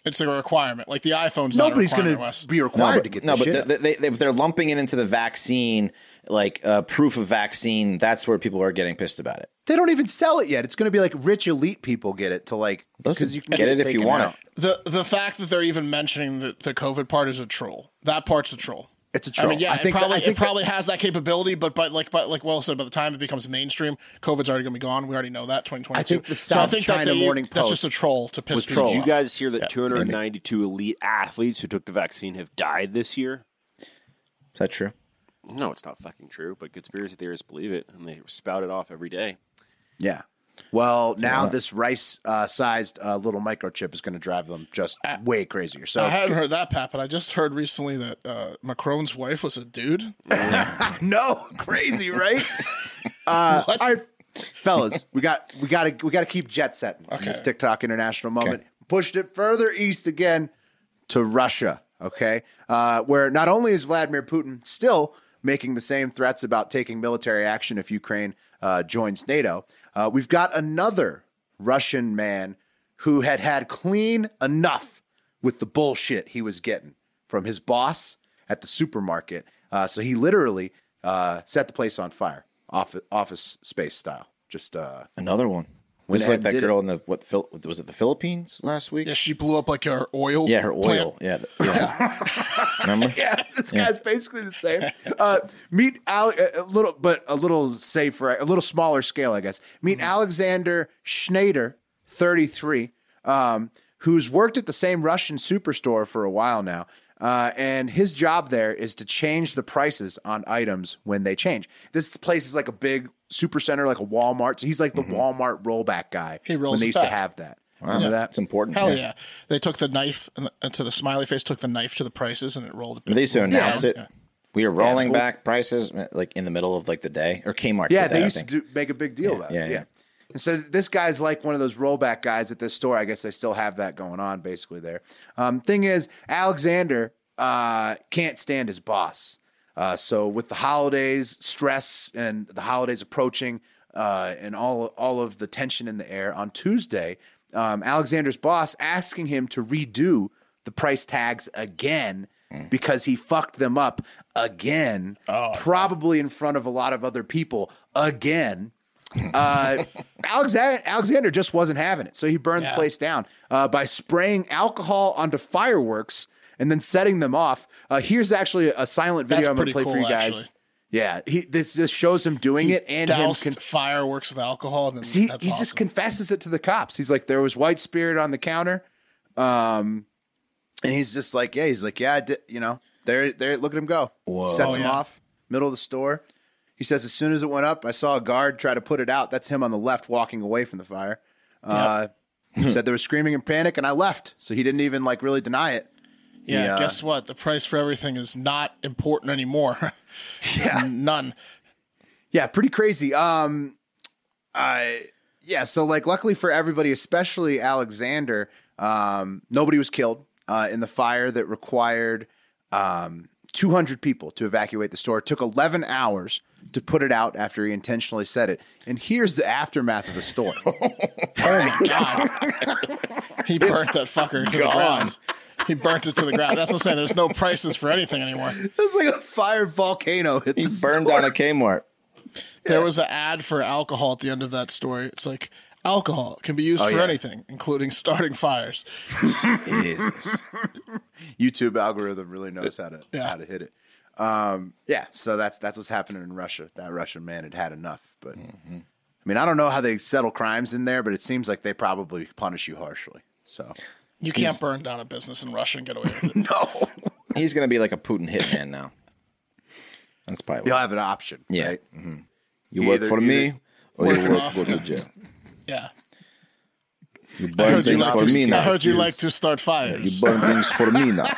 S2: It's a requirement. Like the iPhone's
S1: Nobody's
S2: not a
S1: going
S2: requirement.
S1: to
S2: Wes.
S1: be required
S4: no, but,
S1: to get
S4: no,
S1: this
S4: but
S1: shit.
S4: they, they, they, if they're lumping it into the vaccine, like uh, proof of vaccine, that's where people are getting pissed about it.
S1: they don't even sell it yet. It's going to be like rich elite people get it to like because you can
S4: get it if you
S1: taken
S4: want
S1: out.
S4: it.
S2: the the fact that they're even mentioning the, the COVID part is a troll. That part's a troll.
S1: It's a
S2: I
S1: troll.
S2: mean, yeah,
S1: I
S2: it
S1: think that-
S2: probably
S1: I think
S2: it probably has that capability, but but like but like well said, by the time it becomes mainstream, COVID's already gonna be gone. We already know that. Twenty twenty two.
S1: I think the South China Morning
S2: that's
S1: Post
S2: just a troll to piss
S1: was
S2: people
S1: trolled.
S2: off.
S3: Did you guys hear that 292 elite athletes who took the vaccine have died this year?
S4: Is that true?
S3: No, it's not fucking true, but conspiracy theorists believe it and they spout it off every day.
S1: Yeah. Well, now this rice-sized uh, little microchip is going to drive them just way crazier. So
S2: I hadn't heard that, Pat, but I just heard recently that uh, Macron's wife was a dude.
S1: no, crazy, right? uh,
S2: What?
S1: all right, fellas, we got we got to we got to keep jet setting in this TikTok international moment. Pushed it further east again to Russia. Okay, uh, where not only is Vladimir Putin still making the same threats about taking military action if Ukraine uh, joins NATO, uh, we've got another Russian man who had had clean enough with the bullshit he was getting from his boss at the supermarket. Uh, so he literally uh, set the place on fire, office, office space style. Just uh,
S4: Another one.
S1: when
S4: Just
S1: Ed
S4: like that
S1: did
S4: girl in the what Phil, was it the Philippines last week?
S2: Yeah, she blew up like her oil.
S4: Yeah, her oil.
S2: plant.
S4: Yeah, th- yeah. Remember?
S1: Yeah, this
S4: Yeah.
S1: guy's basically the same. Uh, meet Ale- uh, a a little, but a little safer, a little smaller scale, I guess.
S4: Mm-hmm.
S1: Meet Alexander Schneider, 33, um, who's worked at the same Russian superstore for a while now. Uh, and his job there is to change the prices on items when they change. This place is like a big supercenter, like a Walmart. So he's like the Walmart rollback guy.
S2: He rolls
S1: when they
S2: it
S1: used to
S2: back.
S1: have that.
S4: Mm-hmm. Wow,
S1: Remember that?
S4: It's important.
S2: Hell yeah. They took the knife and, the, and to the smiley face took the knife to the prices and it rolled.
S4: Remember they used to announce
S2: Yeah.
S4: it. We are rolling
S1: but-
S4: back prices uh, like in the middle of like the day or Kmart.
S1: Yeah,
S4: did
S1: they
S4: that, I
S1: used to
S4: think.
S1: do, make a big deal about
S4: yeah,
S1: it.
S4: yeah.
S1: Yeah. And so this guy's like one of those rollback guys at this store. I guess they still have that going on basically there. Um, thing is, Alexander uh, can't stand his boss. Uh, so with the holidays, stress, and the holidays approaching, uh, and all all of the tension in the air on Tuesday, um, Alexander's boss asking him to redo the price tags again because he fucked them up again, probably in front of a lot of other people again. Uh, Alexander, Alexander just wasn't having it, so he burned the place down uh, by spraying alcohol onto fireworks and then setting them off. Uh, here's actually a silent video
S2: That's
S1: I'm going to
S2: pretty
S1: play for
S2: cool,
S1: you guys.
S2: actually.
S1: Yeah, he, this just shows him doing
S2: He
S1: it and him
S2: doused
S1: con-
S2: fireworks with alcohol. And then
S1: See,
S2: that's
S1: he
S2: awesome.
S1: just confesses it to the cops. He's like, there was white spirit on the counter, um, and he's just like, yeah, he's like, yeah, I did, you know, there, there, look at him go.
S4: Whoa.
S1: Sets
S2: Oh,
S1: him
S2: yeah.
S1: off middle of the store. He says, as soon as it went up, I saw a guard try to put it out. That's him on the left walking away from the fire. Uh, said there was screaming and panic, and I left. So he didn't even like really deny it.
S2: Yeah,
S1: He, uh,
S2: guess what? The price for everything is not important anymore. yeah, none.
S1: Yeah, pretty crazy. Um, I yeah. So like, luckily for everybody, especially Alexander, um, nobody was killed uh, in the fire that required um, 200 people to evacuate the store. It took 11 hours to put it out after he intentionally said it. And here's the aftermath of the store.
S2: He burnt that fucker to the
S1: gone.
S2: ground. He burnt it to the ground. That's what I'm saying. There's no prices for anything anymore.
S1: it's like a fire volcano. Hit
S4: He
S1: the
S4: burned
S1: store.
S4: down a Kmart.
S2: There was an ad for alcohol at the end of that story. It's like alcohol can be used
S1: Oh,
S2: for
S1: yeah.
S2: anything, including starting fires.
S4: Jesus.
S1: YouTube algorithm really knows how to
S2: Yeah.
S1: how to hit it. Um, yeah, so that's that's what's happening in Russia. That Russian man had had enough. But I mean, I don't know how they settle crimes in there, but it seems like they probably punish you harshly. So
S2: You can't burn down a business in Russia and get away with it.
S1: no,
S4: He's gonna be like a Putin hitman now. That's probably
S1: you'll
S4: what,
S1: have an option.
S4: yeah.
S1: right?
S4: hmm You
S1: You
S4: work
S1: either-
S4: for
S1: you
S4: me,
S1: either-
S4: or
S2: Work
S4: you
S2: it
S4: work
S2: off.
S4: for the jail.
S2: Yeah.
S4: You
S2: I
S4: burn
S2: heard you,
S4: things
S2: like
S4: for
S2: to,
S4: me now.
S2: I heard you
S4: Yes.
S2: like to start
S4: You
S2: fires.
S4: burn things for me now.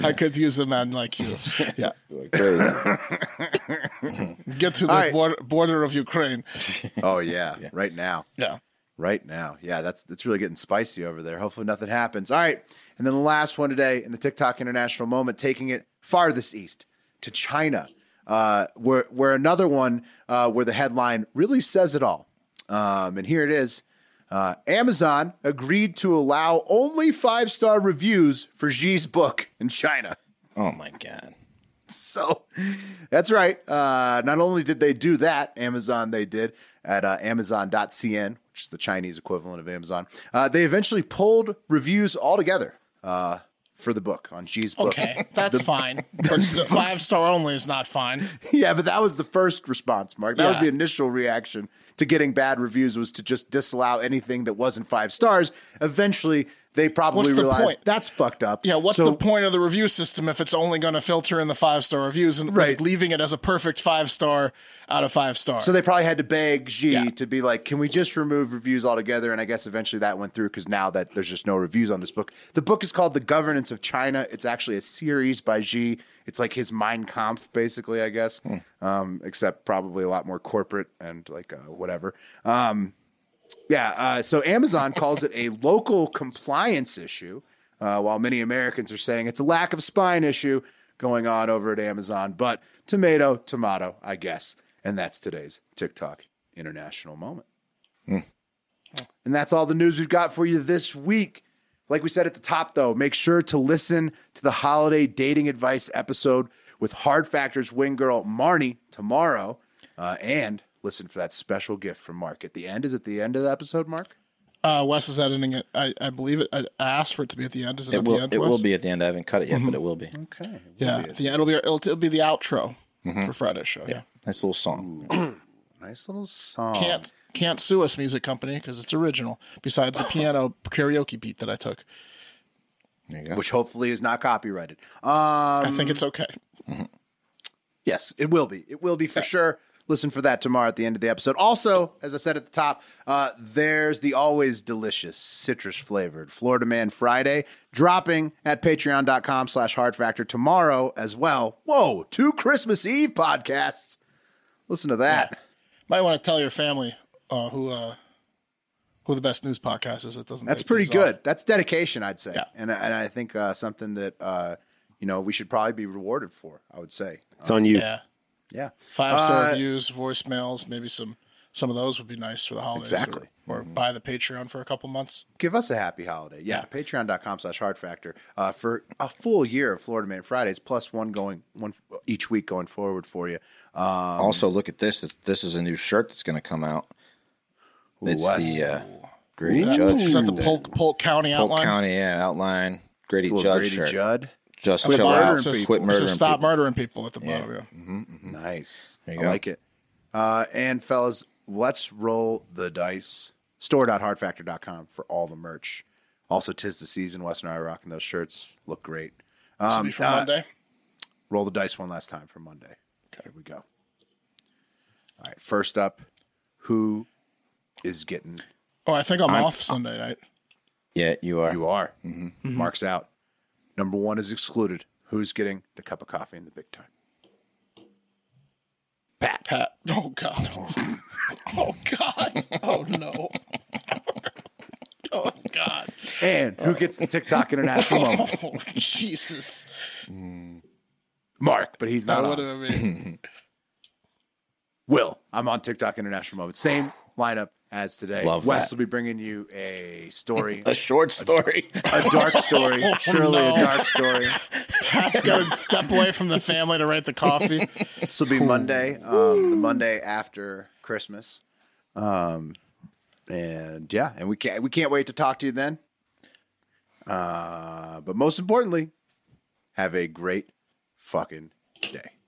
S2: I could use a man like you.
S4: yeah, you're crazy.
S2: Get to the
S1: All right.
S2: border, border of Ukraine.
S1: Oh yeah, right now,
S2: Yeah.
S1: right now. Yeah, that's that's really getting spicy over there. Hopefully nothing happens. All right, and then the last one today in the TikTok international moment, taking it farthest east to China, uh, where where another one uh, where the headline really says it all. Um, and here it is. Uh, Amazon agreed to allow only five star reviews for Xi's book in China.
S4: Oh my god.
S1: So that's right. Uh, not only did they do that, Amazon they did at uh, Amazon.cn, which is the Chinese equivalent of Amazon. Uh, they eventually pulled reviews altogether uh, for the book on G's book.
S2: Okay, that's fine. But the five star only is not fine.
S1: yeah, but that was the first response, Mark. That was
S2: Yeah.
S1: the initial reaction to getting bad reviews was to just disallow anything that wasn't five stars. Eventually, they probably
S2: What's the
S1: realized
S2: point?
S1: that's fucked up.
S2: Yeah, what's
S1: So-
S2: the point of the review system if it's only going to filter in the five star reviews and
S1: Right.
S2: like, leaving it as a perfect five star out of five star?
S1: So they probably had to beg Xi
S2: Yeah.
S1: to be like, can we just remove reviews altogether? And I guess eventually that went through because now that there's just no reviews on this book. The book is called The Governance of China. It's actually a series by Xi. It's like his Mein Kampf, basically, I guess, um, except probably a lot more corporate and like uh, whatever. Um, yeah. Uh, so Amazon calls it a local compliance issue, uh, while many Americans are saying it's a lack of spine issue going on over at Amazon. But tomato, tomato, I guess. And that's today's TikTok international moment. And that's all the news we've got for you this week. Like we said at the top, though, make sure to listen to the holiday dating advice episode with Hard Factors Wing Girl Marnie tomorrow. Uh, and listen for that special gift from Mark at the end. Is it the end of the episode, Mark?
S2: Uh, Wes is editing it. I, I believe it. I I asked for it to be at the end. Is it,
S4: It
S2: at
S4: will.
S2: the end?
S4: It
S2: Wes?
S4: will be at the end. I haven't cut it
S2: Mm-hmm.
S4: yet, but it will be.
S1: Okay.
S2: Yeah, at the end, it'll be it'll, it'll be the outro
S4: Mhm.
S2: for Friday's show. Yeah.
S4: Nice little song.
S1: nice little song.
S2: Can't can't sue us, music company, because it's original. Besides the piano karaoke beat that I took,
S1: Which hopefully is not copyrighted. Um,
S2: I think it's okay.
S1: Yes, it will be. It will be for sure. Listen for that tomorrow at the end of the episode. Also, as I said at the top, uh, there's the always delicious citrus flavored Florida Man Friday dropping at patreon.com slash hard factor tomorrow as well. Whoa, two Christmas Eve podcasts. Listen to that.
S2: Might want to tell your family uh, who uh, who the best news podcast is. That doesn't.
S1: That's
S2: take
S1: pretty
S2: these off.
S1: good. That's dedication, I'd say, and and I think uh, something that uh, you know we should probably be rewarded for. I would say
S3: It's on you.
S2: Yeah.
S1: Yeah.
S2: Five star
S1: Uh,
S2: reviews, voicemails, maybe some some of those would be nice for the holidays. or-
S1: Exactly.
S2: Or, buy the Patreon for a couple months.
S1: Give us a happy holiday. Yeah, patreon.com slash hard factor uh, for a full year of Florida Man Fridays, plus one going one each week going forward for you. Um,
S4: also, look at this. This, this is a new shirt that's going to come out.
S1: Ooh,
S4: It's
S1: Wes.
S4: the uh, Grady
S2: Ooh.
S4: Judd.
S2: Is that the
S4: shirt.
S2: Polk Polk County
S4: Polk
S2: outline?
S4: County, yeah, outline. Grady
S1: Little
S4: Judd
S1: Grady
S4: shirt.
S1: Judd.
S4: Just
S2: At the
S4: chill
S2: bottom it
S4: out.
S2: says-
S4: Quit
S2: it says
S4: murdering
S2: stop
S4: people.
S2: murdering people at the bottom. Yeah.
S1: Nice.
S4: Mm-hmm. There you
S1: I
S4: go.
S1: like it. Uh, and fellas, let's roll the dice. Store.hardfactor.com for all the merch. Also, tis the season. Wes and I are rocking those shirts. Look great.
S2: This will be for
S1: uh,
S2: Monday.
S1: Roll the dice one last time for Monday. Okay. Here we go. All right. First up, who is getting
S2: Oh, I think I'm,
S1: I'm-
S2: off Sunday night.
S4: Yeah, you are.
S1: You are. Mm-hmm.
S2: Mm-hmm.
S1: Mark's out. Number one is excluded. Who's getting the cup of coffee in the big time? Pat.
S2: Pat. Oh God. oh God. Oh no. oh God.
S1: And who gets the TikTok international moment?
S2: Oh, Jesus.
S1: Mark, but he's not. on.
S2: Now, what do I mean?
S1: Will, I'm on TikTok International Moment. Same lineup as today.
S4: Love
S1: Wes
S4: that.
S1: will be bringing you a story,
S4: A short story.
S1: a dark story,
S2: Oh,
S1: surely
S2: no.
S1: a dark story.
S2: Pat's got to step away from the family to write the coffee.
S1: This will be Monday, um, the Monday after Christmas. Um, and yeah, and we can't we can't wait to talk to you then. Uh, but most importantly, have a great fucking day.